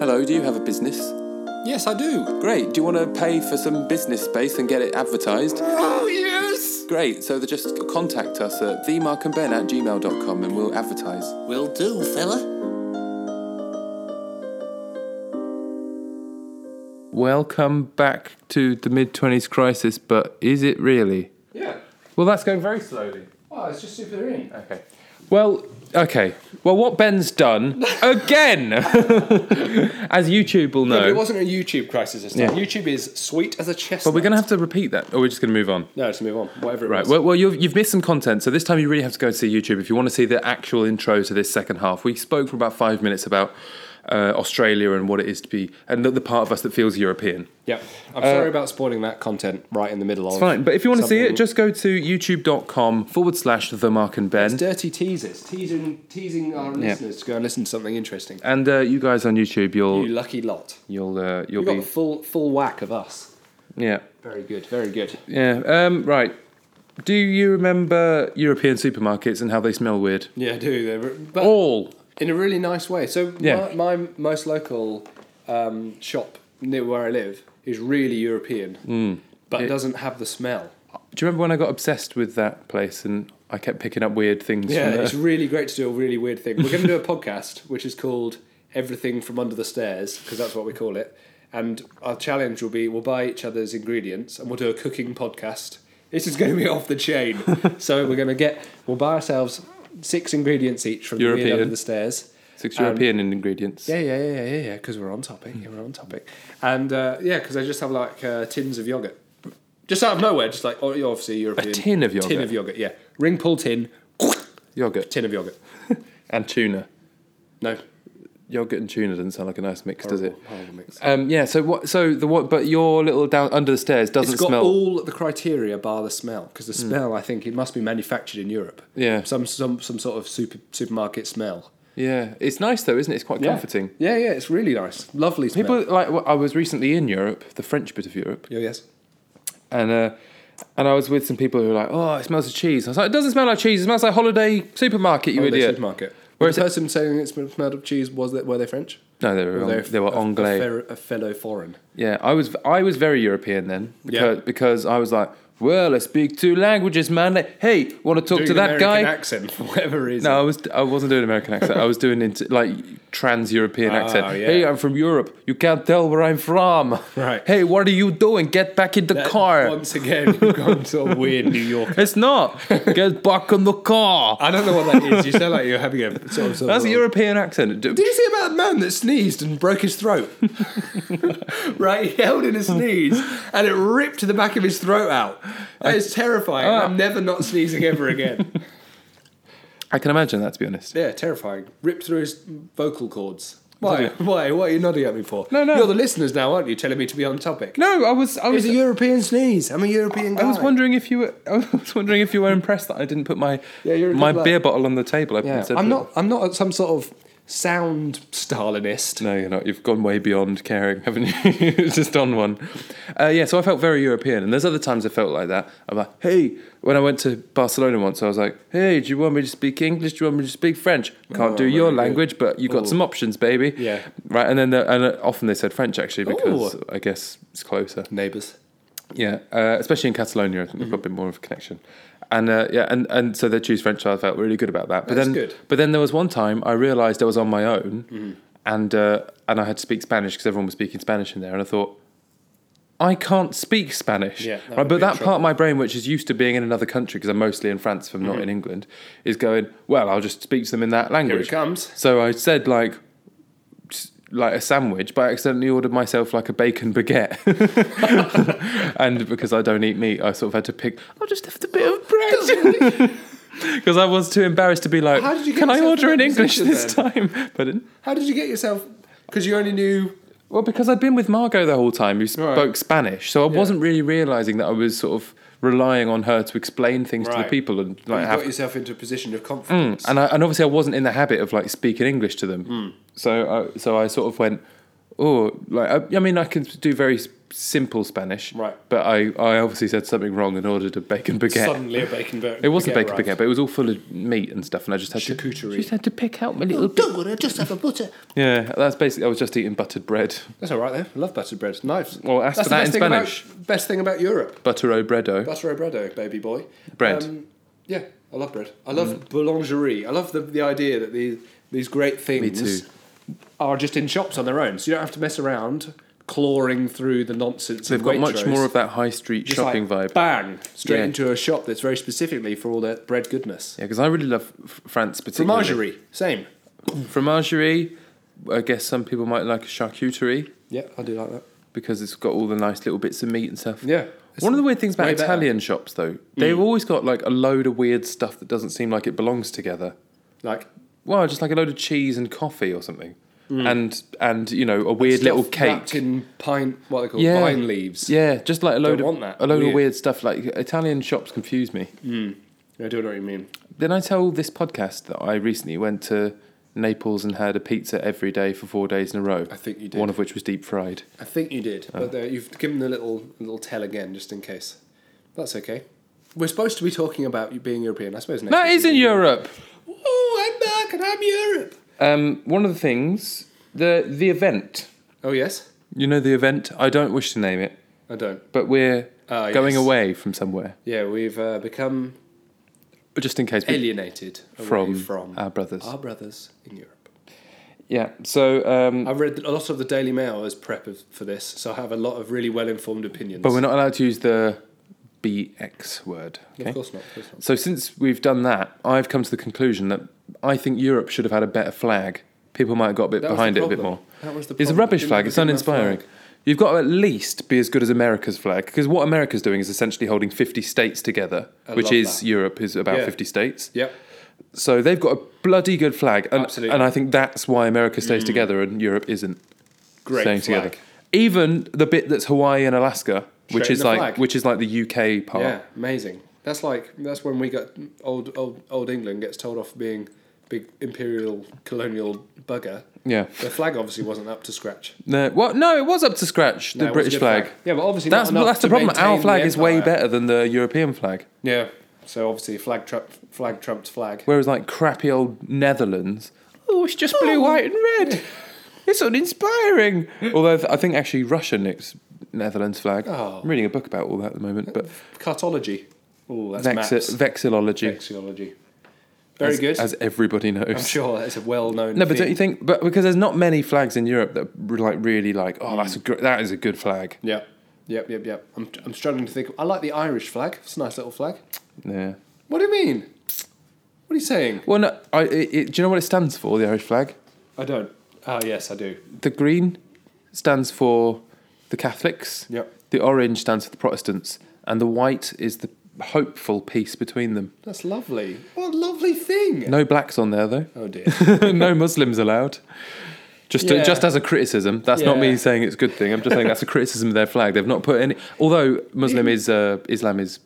[SPEAKER 1] Hello, do you have a business?
[SPEAKER 2] Yes, I do.
[SPEAKER 1] Great. Do you want to pay for some business space and get it advertised?
[SPEAKER 2] Oh yes.
[SPEAKER 1] Great. So just contact us at themarkandben at gmail.com and we'll advertise.
[SPEAKER 3] Will do, fella.
[SPEAKER 1] Welcome back to the mid 20s crisis, but is it really?
[SPEAKER 2] Yeah.
[SPEAKER 1] Well, that's going very slowly.
[SPEAKER 2] Oh, it's just super in.
[SPEAKER 1] Okay. Well, okay. Well, what Ben's done again, as YouTube will
[SPEAKER 2] But it
[SPEAKER 1] know.
[SPEAKER 2] wasn't a YouTube crisis this time. YouTube is sweet as a chestnut.
[SPEAKER 1] But we're going to have to repeat that, or we're just going to move on.
[SPEAKER 2] No, just move on. Whatever it
[SPEAKER 1] Right.
[SPEAKER 2] was.
[SPEAKER 1] Well, well you've, you've missed some content, so this time you really have to go see YouTube if you want to see the actual intro to this second half. We spoke for about five minutes about uh, Australia and what it is to be, and the, the part of us that feels European.
[SPEAKER 2] yeah. I'm sorry about spoiling that content right in the middle of.
[SPEAKER 1] uh, Fine, but if you want to see it,
[SPEAKER 2] something-
[SPEAKER 1] just go to youtube.com forward slash the Mark and Ben.
[SPEAKER 2] dirty teasers, teasing, teasing our listeners to go and listen to something interesting.
[SPEAKER 1] And uh, you guys on YouTube, you'll
[SPEAKER 2] You lucky lot.
[SPEAKER 1] you'll uh, you'll
[SPEAKER 2] You got the
[SPEAKER 1] be
[SPEAKER 2] full full whack of us.
[SPEAKER 1] yeah
[SPEAKER 2] Very good. Very good.
[SPEAKER 1] yeah um, right. Do you remember European supermarkets and how they smell weird?
[SPEAKER 2] Yeah, I do. They're re- But
[SPEAKER 1] All
[SPEAKER 2] in a really nice way. So
[SPEAKER 1] Oh. Yeah.
[SPEAKER 2] my, my most local um, shop near where I live is really European,
[SPEAKER 1] Hmm.
[SPEAKER 2] but doesn't have the smell.
[SPEAKER 1] Do you remember when I got obsessed with that place and I kept picking up weird things?
[SPEAKER 2] Yeah,
[SPEAKER 1] from there?
[SPEAKER 2] it's really great to do a really weird thing. We're going to do a podcast which is called Everything from Under the Stairs because that's what we call it. And our challenge will be we'll buy each other's ingredients and we'll do a cooking podcast. This is going to be off the chain. so we're going to get, we'll buy ourselves six ingredients each from the weird
[SPEAKER 1] European.
[SPEAKER 2] under the stairs.
[SPEAKER 1] Six European ingredients.
[SPEAKER 2] Yeah, yeah, yeah, yeah, yeah, because we're on topic. Yeah, we're on topic. And uh, yeah, because I just have like uh, tins of yogurt. Just out of nowhere, just like, oh, you're obviously European.
[SPEAKER 1] tin of
[SPEAKER 2] Tin
[SPEAKER 1] yoghurt?
[SPEAKER 2] of yogurt, yeah. Ring pull tin,
[SPEAKER 1] Yogurt
[SPEAKER 2] tin of yogurt.
[SPEAKER 1] and tuna.
[SPEAKER 2] No.
[SPEAKER 1] Yogurt and tuna doesn't sound like a nice mix, does
[SPEAKER 2] Horrible,
[SPEAKER 1] it?
[SPEAKER 2] horrible mix.
[SPEAKER 1] Um, yeah. So what? So the what? But your little down under the stairs doesn't
[SPEAKER 2] It's got
[SPEAKER 1] smell. Mm.
[SPEAKER 2] all the criteria bar the smell because the smell I think it must be manufactured in Europe.
[SPEAKER 1] Yeah.
[SPEAKER 2] some some some sort of super supermarket smell.
[SPEAKER 1] yeah. It's nice though, isn't it? It's quite comforting.
[SPEAKER 2] Yeah, yeah, it's really nice, lovely smell.
[SPEAKER 1] People like well, I was recently in Europe, the French bit of Europe,
[SPEAKER 2] Yeah, yes.
[SPEAKER 1] and uh, and I was with some people who were like, "Oh, it smells of cheese." I was like, "It doesn't smell like cheese. It smells like holiday supermarket, you
[SPEAKER 2] Holiday
[SPEAKER 1] idiot."
[SPEAKER 2] Supermarket.
[SPEAKER 1] Where
[SPEAKER 2] Where
[SPEAKER 1] is
[SPEAKER 2] the
[SPEAKER 1] it-
[SPEAKER 2] person saying it smelled smelled of cheese was that were they French?
[SPEAKER 1] No, they were,
[SPEAKER 2] Were
[SPEAKER 1] on,
[SPEAKER 2] they,
[SPEAKER 1] they, were
[SPEAKER 2] a-
[SPEAKER 1] anglais.
[SPEAKER 2] A, fer- a fellow foreign.
[SPEAKER 1] Yeah, I was I was very European then because
[SPEAKER 2] Yeah.
[SPEAKER 1] because I was like, well, I speak two languages, man. Like, Hey, want to talk
[SPEAKER 2] Doing
[SPEAKER 1] to
[SPEAKER 2] an
[SPEAKER 1] that guy?
[SPEAKER 2] American accent for whatever reason.
[SPEAKER 1] No, I was I wasn't doing an American accent. I was doing into, like trans European accent.
[SPEAKER 2] Ah, yeah.
[SPEAKER 1] Hey, I'm from Europe. You can't tell where I'm from.
[SPEAKER 2] Right.
[SPEAKER 1] Hey, what are you doing? Get back in the
[SPEAKER 2] That-
[SPEAKER 1] car.
[SPEAKER 2] Once again, you've gone to a weird New York.
[SPEAKER 1] It's not. Get back in the car.
[SPEAKER 2] I don't know what that is. You sound like you're having a sort of. Sort
[SPEAKER 1] That's
[SPEAKER 2] of
[SPEAKER 1] a European accent. D-
[SPEAKER 2] Did you see about the man that sneezed and broke his throat? right, he held in a sneeze and it ripped the back of his throat out. That is terrifying. I'm never not sneezing ever again.
[SPEAKER 1] I can imagine that. To be honest.
[SPEAKER 2] yeah, terrifying. Ripped through his vocal cords.
[SPEAKER 1] Why?
[SPEAKER 2] Why? Why? What are you nodding at me for?
[SPEAKER 1] No, no.
[SPEAKER 2] You're the listeners now, aren't you? Telling me to be on topic.
[SPEAKER 1] No, I was I
[SPEAKER 2] It's
[SPEAKER 1] was
[SPEAKER 2] a European sneeze. I'm a European guy.
[SPEAKER 1] I was wondering if you were. I was wondering if you were impressed that I didn't put my
[SPEAKER 2] Yeah, you're a
[SPEAKER 1] my
[SPEAKER 2] good lad.
[SPEAKER 1] beer bottle on the table. I
[SPEAKER 2] Yeah,
[SPEAKER 1] said
[SPEAKER 2] I'm
[SPEAKER 1] that-
[SPEAKER 2] not. I'm not some sort of sound Stalinist.
[SPEAKER 1] No, you're not. You've gone way beyond caring, haven't you? It's just on one. Uh, yeah, so I felt very European, and there's other times I felt like that. I'm like, hey, when I went to Barcelona once, I was like, hey, do you want me to speak English? Do you want me to speak French? Can't
[SPEAKER 2] Oh,
[SPEAKER 1] do your
[SPEAKER 2] very good.
[SPEAKER 1] language, but you got
[SPEAKER 2] Oh.
[SPEAKER 1] some options, baby.
[SPEAKER 2] Yeah.
[SPEAKER 1] Right, and then the, and uh, often they said French actually because I guess it's closer.
[SPEAKER 2] Neighbours.
[SPEAKER 1] Yeah, uh, especially in Catalonia, I think they've
[SPEAKER 2] Mm-hmm.
[SPEAKER 1] got a bit more of a connection. And uh, yeah, and, and so they choose French. So I felt really good about that. But
[SPEAKER 2] That's
[SPEAKER 1] then,
[SPEAKER 2] good. Mm-hmm.
[SPEAKER 1] but then there was one time I realised I was on my own, and uh, and I had to speak Spanish because everyone was speaking Spanish in there, and I thought. I can't speak Spanish,
[SPEAKER 2] Yeah, that
[SPEAKER 1] right?
[SPEAKER 2] would
[SPEAKER 1] But
[SPEAKER 2] be a
[SPEAKER 1] that part of my brain, which is used to being in another country, because I'm mostly in France, if I'm
[SPEAKER 2] Mm-hmm.
[SPEAKER 1] not in England, is going. Well, I'll just speak to them in that language.
[SPEAKER 2] comes.
[SPEAKER 1] So I said like, s- like a sandwich, but I accidentally ordered myself like a bacon baguette. and because I don't eat meat, I sort of had to pick. I'll just have a bit of bread. Because I was too embarrassed to be like,
[SPEAKER 2] How did you get
[SPEAKER 1] can I
[SPEAKER 2] yourself in
[SPEAKER 1] order in
[SPEAKER 2] that
[SPEAKER 1] English
[SPEAKER 2] position
[SPEAKER 1] this time? But it,
[SPEAKER 2] How did you get yourself? Because you only knew.
[SPEAKER 1] well, because I'd been with Margot the whole time, who spoke
[SPEAKER 2] Right.
[SPEAKER 1] Spanish, so I wasn't really realizing that I was sort of relying on her to explain things to the
[SPEAKER 2] Right.
[SPEAKER 1] people and
[SPEAKER 2] You
[SPEAKER 1] like
[SPEAKER 2] got
[SPEAKER 1] have Hmm,
[SPEAKER 2] yourself into a position of confidence.
[SPEAKER 1] and I, and obviously I wasn't in the habit of like speaking English to them.
[SPEAKER 2] Hmm.
[SPEAKER 1] So I, so I sort of went, oh, like I, I mean I can do very s- simple Spanish,
[SPEAKER 2] Right.
[SPEAKER 1] But I, I obviously said something wrong and ordered a bacon baguette.
[SPEAKER 2] Suddenly, a bacon burger.
[SPEAKER 1] it wasn't bacon baguette, but it was all full of meat and stuff, and I just had to
[SPEAKER 2] Charcuterie. Hmm.
[SPEAKER 1] just had to pick out my little. bit.
[SPEAKER 2] Don't worry, I just have a butter.
[SPEAKER 1] Yeah, that's basically I was just eating buttered bread,
[SPEAKER 2] That's all right, though. I love buttered bread. Knives.
[SPEAKER 1] Well, ask
[SPEAKER 2] That's
[SPEAKER 1] for
[SPEAKER 2] the
[SPEAKER 1] that
[SPEAKER 2] best
[SPEAKER 1] in
[SPEAKER 2] thing about-
[SPEAKER 1] Spanish.
[SPEAKER 2] best thing about Europe.
[SPEAKER 1] buttero bredo.
[SPEAKER 2] Butter breado, baby boy.
[SPEAKER 1] Bread. Mm.
[SPEAKER 2] Um, yeah, I love bread. I love boulangerie. I love the, the idea that these, these great things
[SPEAKER 1] too.
[SPEAKER 2] are just in shops on their own. So you don't have to mess around clawing through the nonsense
[SPEAKER 1] They've
[SPEAKER 2] of
[SPEAKER 1] got much
[SPEAKER 2] Waitrose.
[SPEAKER 1] more of that high street
[SPEAKER 2] Just
[SPEAKER 1] shopping
[SPEAKER 2] like,
[SPEAKER 1] vibe.
[SPEAKER 2] Bang! Straight
[SPEAKER 1] Yeah.
[SPEAKER 2] into a shop that's very specifically for all that bread goodness.
[SPEAKER 1] Yeah, because I really love f- France particularly.
[SPEAKER 2] Fromagerie, same.
[SPEAKER 1] Fromagerie. I guess some people might like a charcuterie.
[SPEAKER 2] Yeah, I do like that.
[SPEAKER 1] because it's got all the nice little bits of meat and stuff.
[SPEAKER 2] Yeah.
[SPEAKER 1] One of the weird things about
[SPEAKER 2] Way better. Mm.
[SPEAKER 1] Italian shops, though, they've always got like a load of weird stuff that doesn't seem like it belongs together.
[SPEAKER 2] Like
[SPEAKER 1] Well, just like a load of cheese and coffee or something,
[SPEAKER 2] Mm.
[SPEAKER 1] and and you know a weird little
[SPEAKER 2] stuff
[SPEAKER 1] cake.
[SPEAKER 2] wrapped in pine. What are they called?
[SPEAKER 1] Yeah.
[SPEAKER 2] Pine leaves.
[SPEAKER 1] yeah, just like a load
[SPEAKER 2] Don't
[SPEAKER 1] of
[SPEAKER 2] want that.
[SPEAKER 1] a load of
[SPEAKER 2] Weird. Mm.
[SPEAKER 1] weird stuff. Like Italian shops confuse me.
[SPEAKER 2] I do know what you mean.
[SPEAKER 1] Then I tell this podcast that I recently went to Naples and had a pizza every day for four days in a row.
[SPEAKER 2] I think you did.
[SPEAKER 1] One of which was deep fried.
[SPEAKER 2] I think you did,
[SPEAKER 1] Oh.
[SPEAKER 2] but there, you've given the little little tell again just in case. That's okay. We're supposed to be talking about you being European, I suppose. Next
[SPEAKER 1] That
[SPEAKER 2] week
[SPEAKER 1] is in
[SPEAKER 2] we-
[SPEAKER 1] Europe.
[SPEAKER 2] Oh, I'm back and I'm Europe.
[SPEAKER 1] Um, one of the things the the event.
[SPEAKER 2] Oh yes,
[SPEAKER 1] You know the event? I don't wish to name it,
[SPEAKER 2] I don't.
[SPEAKER 1] but we're
[SPEAKER 2] Ah,
[SPEAKER 1] going
[SPEAKER 2] yes.
[SPEAKER 1] away from somewhere,
[SPEAKER 2] Yeah, we've uh, become
[SPEAKER 1] just in case we
[SPEAKER 2] alienated away
[SPEAKER 1] from,
[SPEAKER 2] from
[SPEAKER 1] our brothers.
[SPEAKER 2] our brothers in Europe.
[SPEAKER 1] Yeah. So, um,
[SPEAKER 2] I've read a lot of the Daily Mail as prep of, for this, so I have a lot of really well informed opinions.
[SPEAKER 1] but we're not allowed to use the BX word. Okay.
[SPEAKER 2] Of course not. Of course not.
[SPEAKER 1] So since we've done that, I've come to the conclusion that I think Europe should have had a better flag. People might have got a bit
[SPEAKER 2] That was
[SPEAKER 1] behind
[SPEAKER 2] the
[SPEAKER 1] it a bit
[SPEAKER 2] problem.
[SPEAKER 1] more.
[SPEAKER 2] That was the
[SPEAKER 1] It's a
[SPEAKER 2] problem.
[SPEAKER 1] rubbish
[SPEAKER 2] Didn't
[SPEAKER 1] flag.
[SPEAKER 2] have
[SPEAKER 1] It's
[SPEAKER 2] a good enough
[SPEAKER 1] uninspiring.
[SPEAKER 2] flag.
[SPEAKER 1] You've got to at least be as good as America's flag because what America's doing is essentially holding 50 states together,
[SPEAKER 2] I
[SPEAKER 1] which
[SPEAKER 2] love
[SPEAKER 1] is
[SPEAKER 2] that.
[SPEAKER 1] Europe is about
[SPEAKER 2] Yeah.
[SPEAKER 1] 50 states.
[SPEAKER 2] Yep.
[SPEAKER 1] So they've got a bloody good flag. And,
[SPEAKER 2] Absolutely. Mm.
[SPEAKER 1] and I think that's why America stays together and Europe isn't
[SPEAKER 2] Great.
[SPEAKER 1] staying
[SPEAKER 2] flag.
[SPEAKER 1] together. Even the bit that's Hawaii and Alaska, which
[SPEAKER 2] Straight in
[SPEAKER 1] is
[SPEAKER 2] the
[SPEAKER 1] like
[SPEAKER 2] flag.
[SPEAKER 1] which is like the UK part.
[SPEAKER 2] Yeah, amazing. That's like that's when we got old old old England gets told off for being big imperial colonial bugger.
[SPEAKER 1] Yeah.
[SPEAKER 2] The flag obviously wasn't up to scratch.
[SPEAKER 1] No, well, no, it was up to scratch the
[SPEAKER 2] No, it was a
[SPEAKER 1] British
[SPEAKER 2] good
[SPEAKER 1] flag.
[SPEAKER 2] Yeah, but obviously
[SPEAKER 1] That's
[SPEAKER 2] not enough
[SPEAKER 1] that's the
[SPEAKER 2] to
[SPEAKER 1] problem. Our
[SPEAKER 2] maintain the
[SPEAKER 1] flag is way
[SPEAKER 2] empire.
[SPEAKER 1] better than the European flag.
[SPEAKER 2] Yeah. So obviously flag trump flag trumps flag.
[SPEAKER 1] Whereas like crappy old Netherlands, oh, it's just blue, white, and red. It's uninspiring. Although th- I think actually Russia nicks Netherlands flag.
[SPEAKER 2] Oh.
[SPEAKER 1] I'm reading a book about all that at the moment, but
[SPEAKER 2] Cartology. Oh, that's
[SPEAKER 1] Vexi-
[SPEAKER 2] maps.
[SPEAKER 1] vexillology.
[SPEAKER 2] Vexiology. Very
[SPEAKER 1] as,
[SPEAKER 2] good.
[SPEAKER 1] as everybody knows.
[SPEAKER 2] I'm sure that's a well-known.
[SPEAKER 1] No, but don't
[SPEAKER 2] thing.
[SPEAKER 1] you think? But because there's not many flags in Europe that are like really like, oh, that's a
[SPEAKER 2] Mm.
[SPEAKER 1] gr- that is a good flag.
[SPEAKER 2] Yeah. Yep, yep, yep. I'm, I'm struggling to think. I like the Irish flag. It's a nice little flag.
[SPEAKER 1] Yeah.
[SPEAKER 2] What do you mean? What are you saying?
[SPEAKER 1] Well, no, I, it, it, do you know what it stands for? The Irish flag.
[SPEAKER 2] I don't. Ah, yes, I do.
[SPEAKER 1] The green stands for the Catholics.
[SPEAKER 2] Yep.
[SPEAKER 1] The orange stands for the Protestants, and the white is the hopeful peace between them.
[SPEAKER 2] That's lovely. What a lovely thing.
[SPEAKER 1] No blacks on there though.
[SPEAKER 2] Oh dear.
[SPEAKER 1] no Muslims allowed. Just,
[SPEAKER 2] Yeah.
[SPEAKER 1] just as a criticism. That's not me
[SPEAKER 2] Yeah.
[SPEAKER 1] saying it's a good thing. I'm just saying that's a criticism of their flag. They've not put any. Although Muslim is uh, Islam is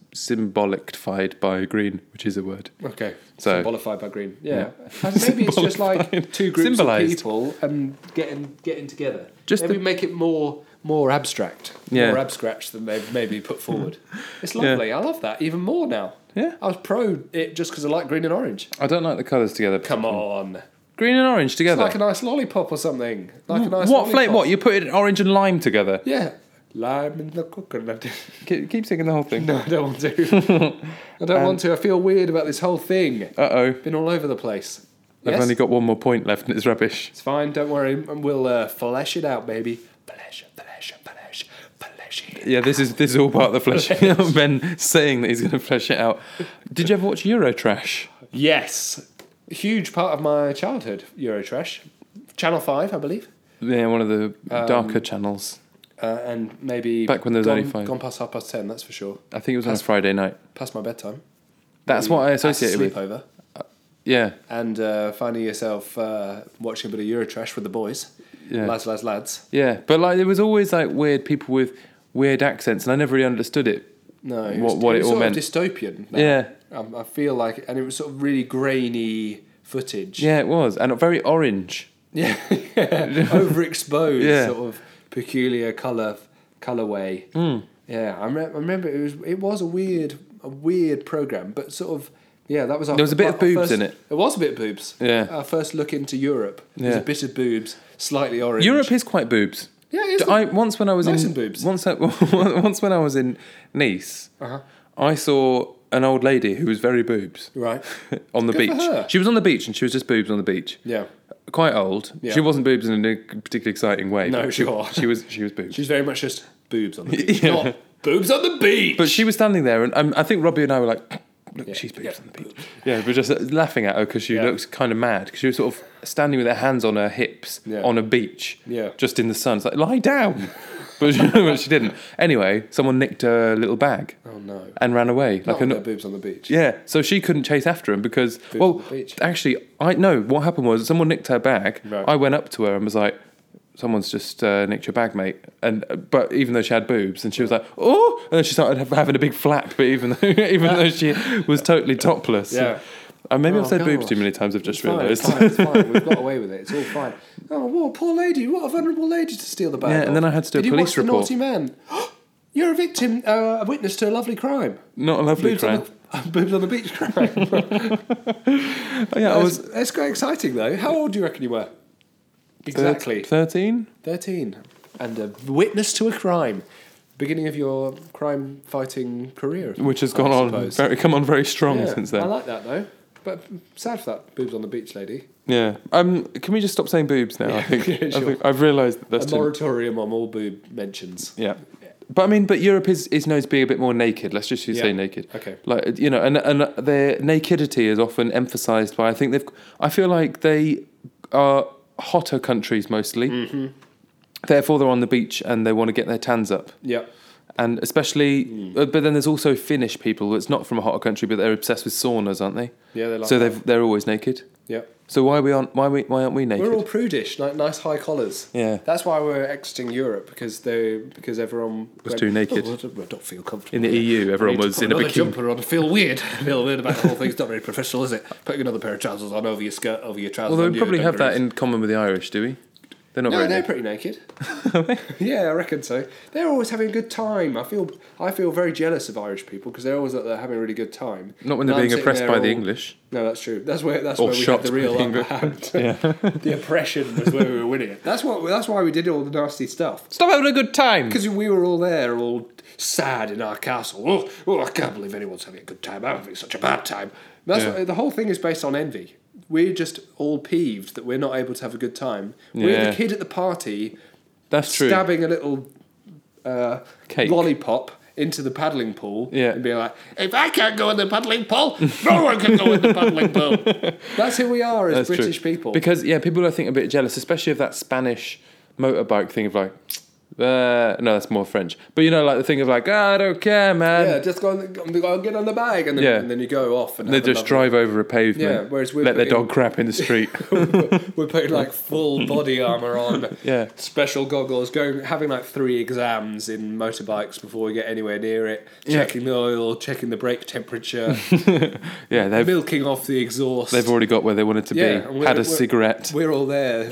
[SPEAKER 1] symbolicified by green, which is a word.
[SPEAKER 2] Okay.
[SPEAKER 1] So-
[SPEAKER 2] Symbolified by green. Yeah. And Maybe it's just like two groups
[SPEAKER 1] Symbolised.
[SPEAKER 2] of people and getting getting together.
[SPEAKER 1] Just
[SPEAKER 2] Just maybe
[SPEAKER 1] the-
[SPEAKER 2] make it more more abstract.
[SPEAKER 1] Yeah.
[SPEAKER 2] More abstract than they've maybe put forward. it's lovely. I love that even more now.
[SPEAKER 1] Yeah.
[SPEAKER 2] I was pro it just because I like green and orange.
[SPEAKER 1] I don't like the colours together.
[SPEAKER 2] Come on.
[SPEAKER 1] Green and orange
[SPEAKER 2] It's
[SPEAKER 1] together.
[SPEAKER 2] like a nice lollipop or something. Like a
[SPEAKER 1] what
[SPEAKER 2] nice lollipop.
[SPEAKER 1] flavour? What you put it orange and lime together?
[SPEAKER 2] Yeah. Lime in the coconut.
[SPEAKER 1] Keep, keep singing the whole thing.
[SPEAKER 2] no, I don't want to. I don't
[SPEAKER 1] Um,
[SPEAKER 2] want to. I feel weird about this whole thing.
[SPEAKER 1] Uh oh.
[SPEAKER 2] Been all over the place.
[SPEAKER 1] I've
[SPEAKER 2] Yes?
[SPEAKER 1] only got one more point left and it's rubbish.
[SPEAKER 2] It's fine, don't worry. and We'll uh, flesh it out, baby. Flesh, flesh, flesh, flesh it.
[SPEAKER 1] Yeah, this is this is all part of the fleshing out. Ben saying that he's going to flesh it out. Did you ever watch Eurotrash?
[SPEAKER 2] Yes. Huge part of my childhood, Eurotrash. Channel 5, I believe.
[SPEAKER 1] Yeah, one of the
[SPEAKER 2] Um,
[SPEAKER 1] darker channels.
[SPEAKER 2] Uh, and maybe.
[SPEAKER 1] Back when there was
[SPEAKER 2] gone,
[SPEAKER 1] only five.
[SPEAKER 2] Gone past half past 10, that's for sure.
[SPEAKER 1] I think it was on a Friday night.
[SPEAKER 2] Past my bedtime.
[SPEAKER 1] That's what I
[SPEAKER 2] That's a
[SPEAKER 1] associate it with.
[SPEAKER 2] Sleepover.
[SPEAKER 1] Yeah,
[SPEAKER 2] And uh, finding yourself uh, watching a bit of Eurotrash with the boys.
[SPEAKER 1] Yeah.
[SPEAKER 2] Lads, lads, lads.
[SPEAKER 1] yeah. But like, there was always like weird people with weird accents, and I never really understood it.
[SPEAKER 2] No, it
[SPEAKER 1] What-
[SPEAKER 2] was,
[SPEAKER 1] what
[SPEAKER 2] it,
[SPEAKER 1] it
[SPEAKER 2] was
[SPEAKER 1] all
[SPEAKER 2] sort
[SPEAKER 1] meant.
[SPEAKER 2] Of dystopian. now.
[SPEAKER 1] Yeah,
[SPEAKER 2] um, I feel like, and it was sort of really grainy footage.
[SPEAKER 1] yeah, it was, and very orange.
[SPEAKER 2] yeah, overexposed
[SPEAKER 1] Yeah.
[SPEAKER 2] sort of peculiar color colorway.
[SPEAKER 1] Hmm.
[SPEAKER 2] Yeah, I, re- I remember it was it was a weird a weird program, but sort of yeah, that was our,
[SPEAKER 1] There was a bit of
[SPEAKER 2] our
[SPEAKER 1] boobs
[SPEAKER 2] first-
[SPEAKER 1] in it.
[SPEAKER 2] It was a bit of boobs.
[SPEAKER 1] Yeah.
[SPEAKER 2] our first look into Europe there was
[SPEAKER 1] Yeah.
[SPEAKER 2] a bit of boobs, slightly orange.
[SPEAKER 1] Europe is quite boobs.
[SPEAKER 2] yeah, it is.
[SPEAKER 1] Do I once when I was
[SPEAKER 2] Nice
[SPEAKER 1] in
[SPEAKER 2] and boobs.
[SPEAKER 1] Once, I, once when I was in Nice,
[SPEAKER 2] Uh-huh.
[SPEAKER 1] I saw an old lady who was very boobs
[SPEAKER 2] right.
[SPEAKER 1] on the
[SPEAKER 2] Good for
[SPEAKER 1] beach.
[SPEAKER 2] her.
[SPEAKER 1] She was on the beach and she was just boobs on the beach.
[SPEAKER 2] Yeah,
[SPEAKER 1] Quite old.
[SPEAKER 2] Yeah.
[SPEAKER 1] She wasn't boobs in a particularly exciting way.
[SPEAKER 2] No,
[SPEAKER 1] but
[SPEAKER 2] sure.
[SPEAKER 1] She was. She was boobs.
[SPEAKER 2] she's very much just boobs on the beach,
[SPEAKER 1] Yeah.
[SPEAKER 2] not boobs on the beach.
[SPEAKER 1] But she was standing there, and um, I think Robbie and I were like, "Look, she's boobs
[SPEAKER 2] Yeah.
[SPEAKER 1] on the beach." Yeah, we were just uh, laughing at her because she
[SPEAKER 2] Yeah.
[SPEAKER 1] looks kind of mad because she was sort of standing with her hands on her hips
[SPEAKER 2] Yeah.
[SPEAKER 1] on a beach,
[SPEAKER 2] Yeah.
[SPEAKER 1] just in the sun. It's like lie down, but she, but she didn't. Anyway, someone nicked her little bag
[SPEAKER 2] oh no,
[SPEAKER 1] and ran away
[SPEAKER 2] not
[SPEAKER 1] like a.
[SPEAKER 2] with her boobs on the beach.
[SPEAKER 1] Yeah, so she couldn't chase after him because well,
[SPEAKER 2] on the beach.
[SPEAKER 1] actually, I know what happened was someone nicked her bag.
[SPEAKER 2] Right.
[SPEAKER 1] I went up to her and was like, "Someone's just uh, nicked your bag, mate." And uh, but even though she had boobs, and she was like, "Oh," and then she started ha- having a big flap. But even though even though she was totally topless,
[SPEAKER 2] Yeah.
[SPEAKER 1] And maybe I've
[SPEAKER 2] Oh,
[SPEAKER 1] said boobs
[SPEAKER 2] gosh.
[SPEAKER 1] too many times. I've just
[SPEAKER 2] It's fine, it's
[SPEAKER 1] realised.
[SPEAKER 2] fine, it's fine. We've got away with it. It's all fine. Oh, what a poor lady. What a vulnerable lady to steal the bag.
[SPEAKER 1] Yeah, and
[SPEAKER 2] off.
[SPEAKER 1] then I had to do a
[SPEAKER 2] Did
[SPEAKER 1] police
[SPEAKER 2] you
[SPEAKER 1] report.
[SPEAKER 2] watch The naughty man. You're a victim, uh, a witness to a lovely crime.
[SPEAKER 1] Not a Mm, lovely
[SPEAKER 2] Boobs on,
[SPEAKER 1] crime.
[SPEAKER 2] the, boobs on the beach crime.
[SPEAKER 1] Oh, yeah, I
[SPEAKER 2] That's-
[SPEAKER 1] was
[SPEAKER 2] that's quite exciting, though. How old do you reckon you were? Exactly.
[SPEAKER 1] thirteen.
[SPEAKER 2] 13. And a witness to a crime. Beginning of your crime fighting career.
[SPEAKER 1] Which has
[SPEAKER 2] I
[SPEAKER 1] gone on
[SPEAKER 2] suppose.
[SPEAKER 1] very, come on very strong
[SPEAKER 2] Yeah,
[SPEAKER 1] since
[SPEAKER 2] I
[SPEAKER 1] then.
[SPEAKER 2] like that, though. But sad for that boobs on the beach lady.
[SPEAKER 1] Yeah. Um. Can we just stop saying boobs now? I think.
[SPEAKER 2] Yeah,
[SPEAKER 1] I
[SPEAKER 2] sure.
[SPEAKER 1] think I've realised that that's
[SPEAKER 2] a
[SPEAKER 1] too-
[SPEAKER 2] moratorium on all boob mentions.
[SPEAKER 1] Yeah. But I mean, but Europe is, is known to be a bit more naked. Let's just
[SPEAKER 2] Yeah.
[SPEAKER 1] say naked.
[SPEAKER 2] Okay.
[SPEAKER 1] Like you know, and and their nakedity is often emphasised by. I think they've. I feel like they are hotter countries mostly.
[SPEAKER 2] Mm-hmm.
[SPEAKER 1] Therefore, they're on the beach and they want to get their tans up,
[SPEAKER 2] Yeah.
[SPEAKER 1] and especially.
[SPEAKER 2] Mm.
[SPEAKER 1] uh, But then there's also Finnish people. It's not from a hotter country, but they're obsessed with saunas, aren't they?
[SPEAKER 2] Yeah, they like
[SPEAKER 1] so
[SPEAKER 2] that.
[SPEAKER 1] they've, they're always naked.
[SPEAKER 2] Yeah.
[SPEAKER 1] So why we aren't why we why aren't we naked?
[SPEAKER 2] We're all prudish, like nice high collars.
[SPEAKER 1] Yeah.
[SPEAKER 2] That's why we're exiting Europe because they because everyone
[SPEAKER 1] Was too naked.
[SPEAKER 2] "Oh, I, don't, I don't feel comfortable.
[SPEAKER 1] in the EU, everyone
[SPEAKER 2] Need to
[SPEAKER 1] was
[SPEAKER 2] put
[SPEAKER 1] in a
[SPEAKER 2] another
[SPEAKER 1] bikini.
[SPEAKER 2] jumper on. I feel weird. I feel weird about the whole thing. It's not very professional, is it? Putting another pair of trousers on over your skirt, over your trousers.
[SPEAKER 1] Although
[SPEAKER 2] under
[SPEAKER 1] we
[SPEAKER 2] your
[SPEAKER 1] probably have that
[SPEAKER 2] dungarees.
[SPEAKER 1] in common with the Irish, do we? They're not
[SPEAKER 2] No,
[SPEAKER 1] very
[SPEAKER 2] they're
[SPEAKER 1] naked.
[SPEAKER 2] pretty naked. yeah, I reckon so. They're always having a good time. I feel I feel very jealous of Irish people because they're always like they're having a really good time.
[SPEAKER 1] Not when they're
[SPEAKER 2] And I'm
[SPEAKER 1] being
[SPEAKER 2] sitting
[SPEAKER 1] oppressed
[SPEAKER 2] there
[SPEAKER 1] by the
[SPEAKER 2] all-
[SPEAKER 1] English.
[SPEAKER 2] No, that's true. That's where that's
[SPEAKER 1] Or
[SPEAKER 2] where we
[SPEAKER 1] shocked
[SPEAKER 2] had the
[SPEAKER 1] by
[SPEAKER 2] real
[SPEAKER 1] the
[SPEAKER 2] upper
[SPEAKER 1] English.
[SPEAKER 2] hand.
[SPEAKER 1] Yeah.
[SPEAKER 2] the oppression was where we were winning it. That's what. That's why we did all the nasty stuff.
[SPEAKER 1] Stop having a good time.
[SPEAKER 2] Because we were all there, all sad in our castle. Oh, oh, I can't believe anyone's having a good time. I'm having such a bad time. That's
[SPEAKER 1] Yeah.
[SPEAKER 2] what, the whole thing is based on envy. We're just all peeved that we're not able to have a good time. We're
[SPEAKER 1] Yeah.
[SPEAKER 2] the kid at the party
[SPEAKER 1] That's true.
[SPEAKER 2] stabbing a little uh,
[SPEAKER 1] Cake.
[SPEAKER 2] lollipop into the paddling pool
[SPEAKER 1] Yeah.
[SPEAKER 2] and being like, if I can't go in the paddling pool, no one can go in the paddling pool. That's who we are as
[SPEAKER 1] That's true.
[SPEAKER 2] British people.
[SPEAKER 1] Because yeah, people I think are a bit jealous, especially of that Spanish motorbike thing of like, uh, no, that's more French. But you know, like the thing of like, "Ah, I don't care, man.
[SPEAKER 2] yeah, just go and, go and get on the bag and then,
[SPEAKER 1] Yeah.
[SPEAKER 2] and then you go off. and
[SPEAKER 1] They
[SPEAKER 2] have a
[SPEAKER 1] just
[SPEAKER 2] lovely-
[SPEAKER 1] drive over a pavement.
[SPEAKER 2] Yeah, whereas we're
[SPEAKER 1] let their
[SPEAKER 2] putting-
[SPEAKER 1] dog crap in the street.
[SPEAKER 2] We're putting like full body armor on.
[SPEAKER 1] Yeah.
[SPEAKER 2] Special goggles. Going having like three exams in motorbikes before we get anywhere near it. Checking the oil, checking the brake temperature,
[SPEAKER 1] yeah, they've
[SPEAKER 2] milking off the exhaust.
[SPEAKER 1] they've already got where they wanted to
[SPEAKER 2] Yeah, and
[SPEAKER 1] be.
[SPEAKER 2] we're-
[SPEAKER 1] Had a
[SPEAKER 2] we're-
[SPEAKER 1] cigarette.
[SPEAKER 2] We're all there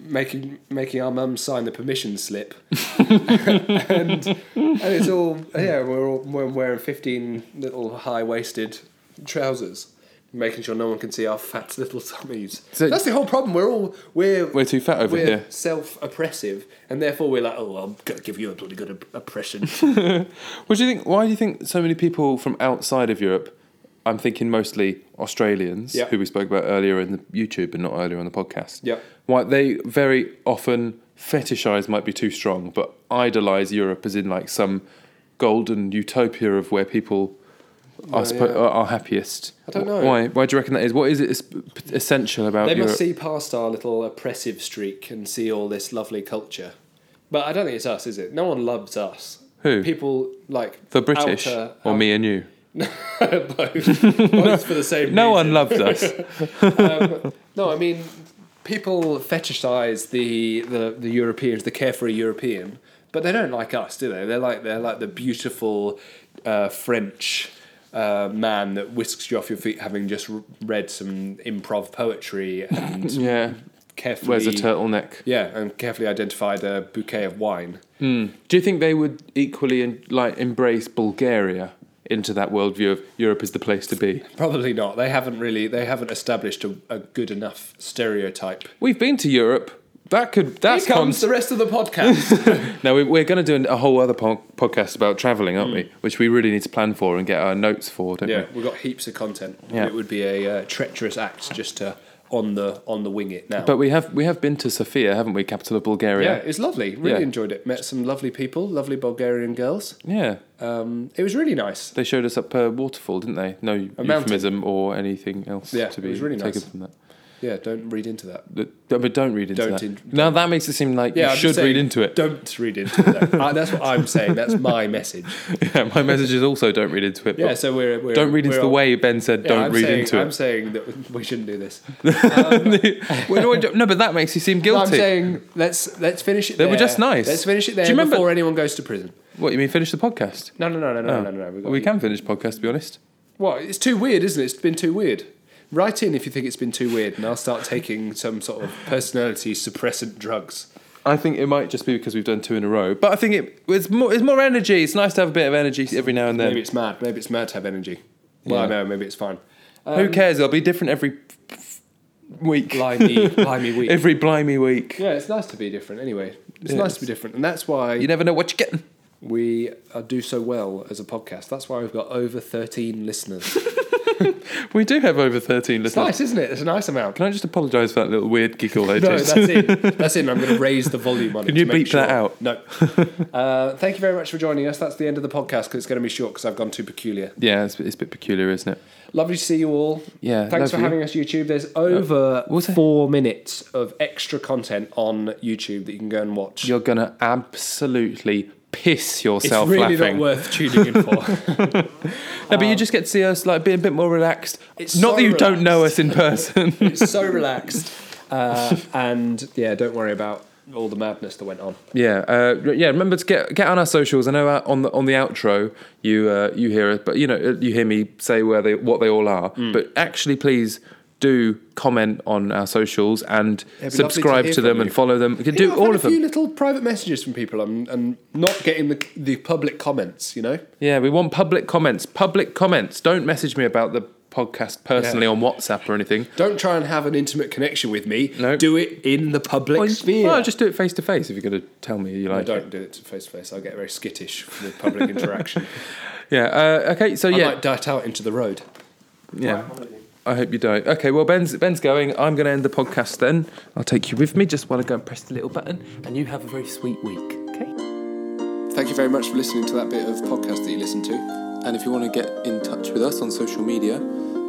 [SPEAKER 2] making making our mum sign the permission slip, and, and it's all yeah. We're all we're wearing fifteen little high waisted trousers. Making sure no one can see our fat little tummies.
[SPEAKER 1] So-
[SPEAKER 2] That's the whole problem. We're all we're
[SPEAKER 1] We're too fat over
[SPEAKER 2] we're
[SPEAKER 1] here.
[SPEAKER 2] self-oppressive, and therefore we're like, oh, I'm gonna give you a bloody good op- oppression.
[SPEAKER 1] What do you think? Why do you think so many people from outside of Europe? I'm thinking mostly Australians,
[SPEAKER 2] Yeah.
[SPEAKER 1] who we spoke about earlier in the YouTube, but not earlier on the podcast.
[SPEAKER 2] Yeah.
[SPEAKER 1] why they very often fetishize might be too strong, but idolize Europe as in like some golden utopia of where people are, suppo-
[SPEAKER 2] yeah.
[SPEAKER 1] are, are happiest.
[SPEAKER 2] I don't know.
[SPEAKER 1] Why? Why do you reckon that is? What is it es- essential about
[SPEAKER 2] They
[SPEAKER 1] Europe?
[SPEAKER 2] must see past our little oppressive streak and see all this lovely culture. But I don't think it's us, is it? No one loves us.
[SPEAKER 1] Who?
[SPEAKER 2] People like
[SPEAKER 1] the British
[SPEAKER 2] outer-
[SPEAKER 1] or me and you?
[SPEAKER 2] both, both for the same.
[SPEAKER 1] No
[SPEAKER 2] reason.
[SPEAKER 1] one loves us.
[SPEAKER 2] Um, no, I mean, people fetishize the, the the Europeans, the carefree European, but they don't like us, do they? They're like they're like the beautiful uh, French. Uh, man that whisks you off your feet, having just r- read some improv poetry and
[SPEAKER 1] yeah,
[SPEAKER 2] carefully
[SPEAKER 1] wears a turtleneck.
[SPEAKER 2] Yeah, and carefully identified a bouquet of wine.
[SPEAKER 1] Do you think they would equally en- like embrace Bulgaria into that worldview of Europe is the place to be?
[SPEAKER 2] Probably not. They haven't really. They haven't established a, a good enough stereotype.
[SPEAKER 1] We've been to Europe. That could
[SPEAKER 2] Here
[SPEAKER 1] that's
[SPEAKER 2] comes
[SPEAKER 1] comes.
[SPEAKER 2] the rest of the podcast.
[SPEAKER 1] now we, we're going to do an- a whole other po- podcast about traveling, aren't we? Which we really need to plan for and get our notes for, don't
[SPEAKER 2] Mm. yeah, we've got heaps of content.
[SPEAKER 1] Yeah.
[SPEAKER 2] It would be a uh, treacherous act just to on the on the wing it now.
[SPEAKER 1] we? But we have we have been to Sofia, haven't we? Capital of
[SPEAKER 2] yeah,
[SPEAKER 1] Bulgaria.
[SPEAKER 2] it was lovely. Really
[SPEAKER 1] Yeah.
[SPEAKER 2] enjoyed it. Met some lovely people, lovely Bulgarian girls.
[SPEAKER 1] Yeah.
[SPEAKER 2] Um, it was really nice.
[SPEAKER 1] They showed us up a waterfall, didn't they? No
[SPEAKER 2] mountain.
[SPEAKER 1] euphemism or anything else
[SPEAKER 2] Yeah,
[SPEAKER 1] to
[SPEAKER 2] it
[SPEAKER 1] be
[SPEAKER 2] was really
[SPEAKER 1] taken
[SPEAKER 2] nice.
[SPEAKER 1] from that.
[SPEAKER 2] Yeah, don't read into that.
[SPEAKER 1] But- But don't read into
[SPEAKER 2] Don't
[SPEAKER 1] that.
[SPEAKER 2] in-
[SPEAKER 1] now that makes it seem like
[SPEAKER 2] Yeah,
[SPEAKER 1] you
[SPEAKER 2] I'm just
[SPEAKER 1] should
[SPEAKER 2] saying,
[SPEAKER 1] read into it.
[SPEAKER 2] Don't read into it. though. Uh, that's what I'm saying. That's my message.
[SPEAKER 1] yeah, my message is also don't read into it. but
[SPEAKER 2] Yeah, so we're, we're
[SPEAKER 1] Don't read into
[SPEAKER 2] we're
[SPEAKER 1] the
[SPEAKER 2] on-
[SPEAKER 1] way Ben said.
[SPEAKER 2] Yeah,
[SPEAKER 1] don't
[SPEAKER 2] I'm
[SPEAKER 1] read
[SPEAKER 2] saying,
[SPEAKER 1] into
[SPEAKER 2] I'm
[SPEAKER 1] it.
[SPEAKER 2] saying that we shouldn't do this.
[SPEAKER 1] Well, no, I don't- no, but that makes you seem
[SPEAKER 2] No, I'm
[SPEAKER 1] guilty.
[SPEAKER 2] saying let's let's finish it.
[SPEAKER 1] They
[SPEAKER 2] there.
[SPEAKER 1] were just nice.
[SPEAKER 2] Let's finish it there
[SPEAKER 1] Do you remember-
[SPEAKER 2] before anyone goes to prison.
[SPEAKER 1] what you mean? Finish the podcast?
[SPEAKER 2] No, no, no, no, no,
[SPEAKER 1] Oh.
[SPEAKER 2] no, no. no. We've
[SPEAKER 1] Well, we can finish podcast. To be honest,
[SPEAKER 2] What? It's too weird, isn't it? It's been too weird. Write in if you think it's been too weird, and I'll start taking some sort of personality suppressant drugs.
[SPEAKER 1] I think it might just be because we've done two in a row. But I think it, it's more. It's more energy. It's nice to have a bit of energy every now and then.
[SPEAKER 2] Maybe it's mad. Maybe it's mad to have energy. Well,
[SPEAKER 1] Yeah.
[SPEAKER 2] no, maybe it's fine. Um,
[SPEAKER 1] Who cares? It'll be different every week.
[SPEAKER 2] Blimey, blimey week.
[SPEAKER 1] every blimey week.
[SPEAKER 2] yeah, it's nice to be different. Anyway, it's
[SPEAKER 1] Yeah,
[SPEAKER 2] nice to be different, and that's why
[SPEAKER 1] You never know what you're getting.
[SPEAKER 2] we uh, do so well as a podcast. That's why we've got over thirteen listeners.
[SPEAKER 1] We do have over 13 listeners.
[SPEAKER 2] It's nice, isn't it? It's a nice amount.
[SPEAKER 1] Can I just apologise for that little weird giggle I
[SPEAKER 2] No,
[SPEAKER 1] just?
[SPEAKER 2] that's it. That's it. I'm going to raise the volume on it.
[SPEAKER 1] Can you
[SPEAKER 2] to make
[SPEAKER 1] beep that out?
[SPEAKER 2] No. Uh, thank you very much for joining us. That's the end of the podcast because it's going to be short because I've gone too peculiar.
[SPEAKER 1] yeah, it's, it's a bit peculiar, isn't it?
[SPEAKER 2] Lovely to see you all.
[SPEAKER 1] Yeah, Uh,
[SPEAKER 2] Thanks for
[SPEAKER 1] lovely.
[SPEAKER 2] having us, YouTube. There's over
[SPEAKER 1] was it-
[SPEAKER 2] four minutes of extra content on YouTube that you can go and watch.
[SPEAKER 1] You're going to absolutely piss
[SPEAKER 2] it's
[SPEAKER 1] yourself
[SPEAKER 2] really
[SPEAKER 1] laughing.
[SPEAKER 2] not worth tuning in for.
[SPEAKER 1] no, but you just get to see us like being a bit more relaxed.
[SPEAKER 2] It's
[SPEAKER 1] not
[SPEAKER 2] so
[SPEAKER 1] that you don't know us in person.
[SPEAKER 2] it's so relaxed. Uh, and yeah, don't worry about all the madness that went on.
[SPEAKER 1] Yeah, uh, yeah. Remember to get get on our socials. I know uh, on the on the outro you uh, you hear it, but you know you hear me say where they what they all are.
[SPEAKER 2] Mm.
[SPEAKER 1] But actually, please do comment on our socials and
[SPEAKER 2] It'd be lovely to
[SPEAKER 1] subscribe to,
[SPEAKER 2] hear
[SPEAKER 1] them
[SPEAKER 2] from
[SPEAKER 1] and
[SPEAKER 2] you.
[SPEAKER 1] follow them. You can do
[SPEAKER 2] I've
[SPEAKER 1] all
[SPEAKER 2] had
[SPEAKER 1] of
[SPEAKER 2] a
[SPEAKER 1] them.
[SPEAKER 2] few little private messages from people and, and not getting the, the public comments, you know?
[SPEAKER 1] Yeah, we want public comments. Public comments. Don't message me about the podcast personally
[SPEAKER 2] Yeah.
[SPEAKER 1] on WhatsApp or anything.
[SPEAKER 2] Don't try and have an intimate connection with me.
[SPEAKER 1] No.
[SPEAKER 2] Do it in the public
[SPEAKER 1] Well,
[SPEAKER 2] sphere.
[SPEAKER 1] well, just do it face to face if you're going to tell me you
[SPEAKER 2] I
[SPEAKER 1] like. it.
[SPEAKER 2] don't do it face to face. I get very skittish with public interaction.
[SPEAKER 1] Yeah. Uh, okay. So
[SPEAKER 2] I
[SPEAKER 1] yeah.
[SPEAKER 2] might dart out into the road.
[SPEAKER 1] Yeah. I hope you don't. Okay, well, Ben's, Ben's going. I'm going to end the podcast then. I'll take you with me just while I go and press the little button. And you have a very sweet week. Okay.
[SPEAKER 2] Thank you very much for listening to that bit of podcast that you listened to.
[SPEAKER 3] And if you want to get in touch with us on social media,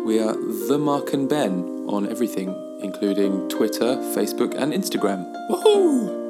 [SPEAKER 3] we are The Mark and Ben on everything, including Twitter, Facebook, and Instagram. Woohoo!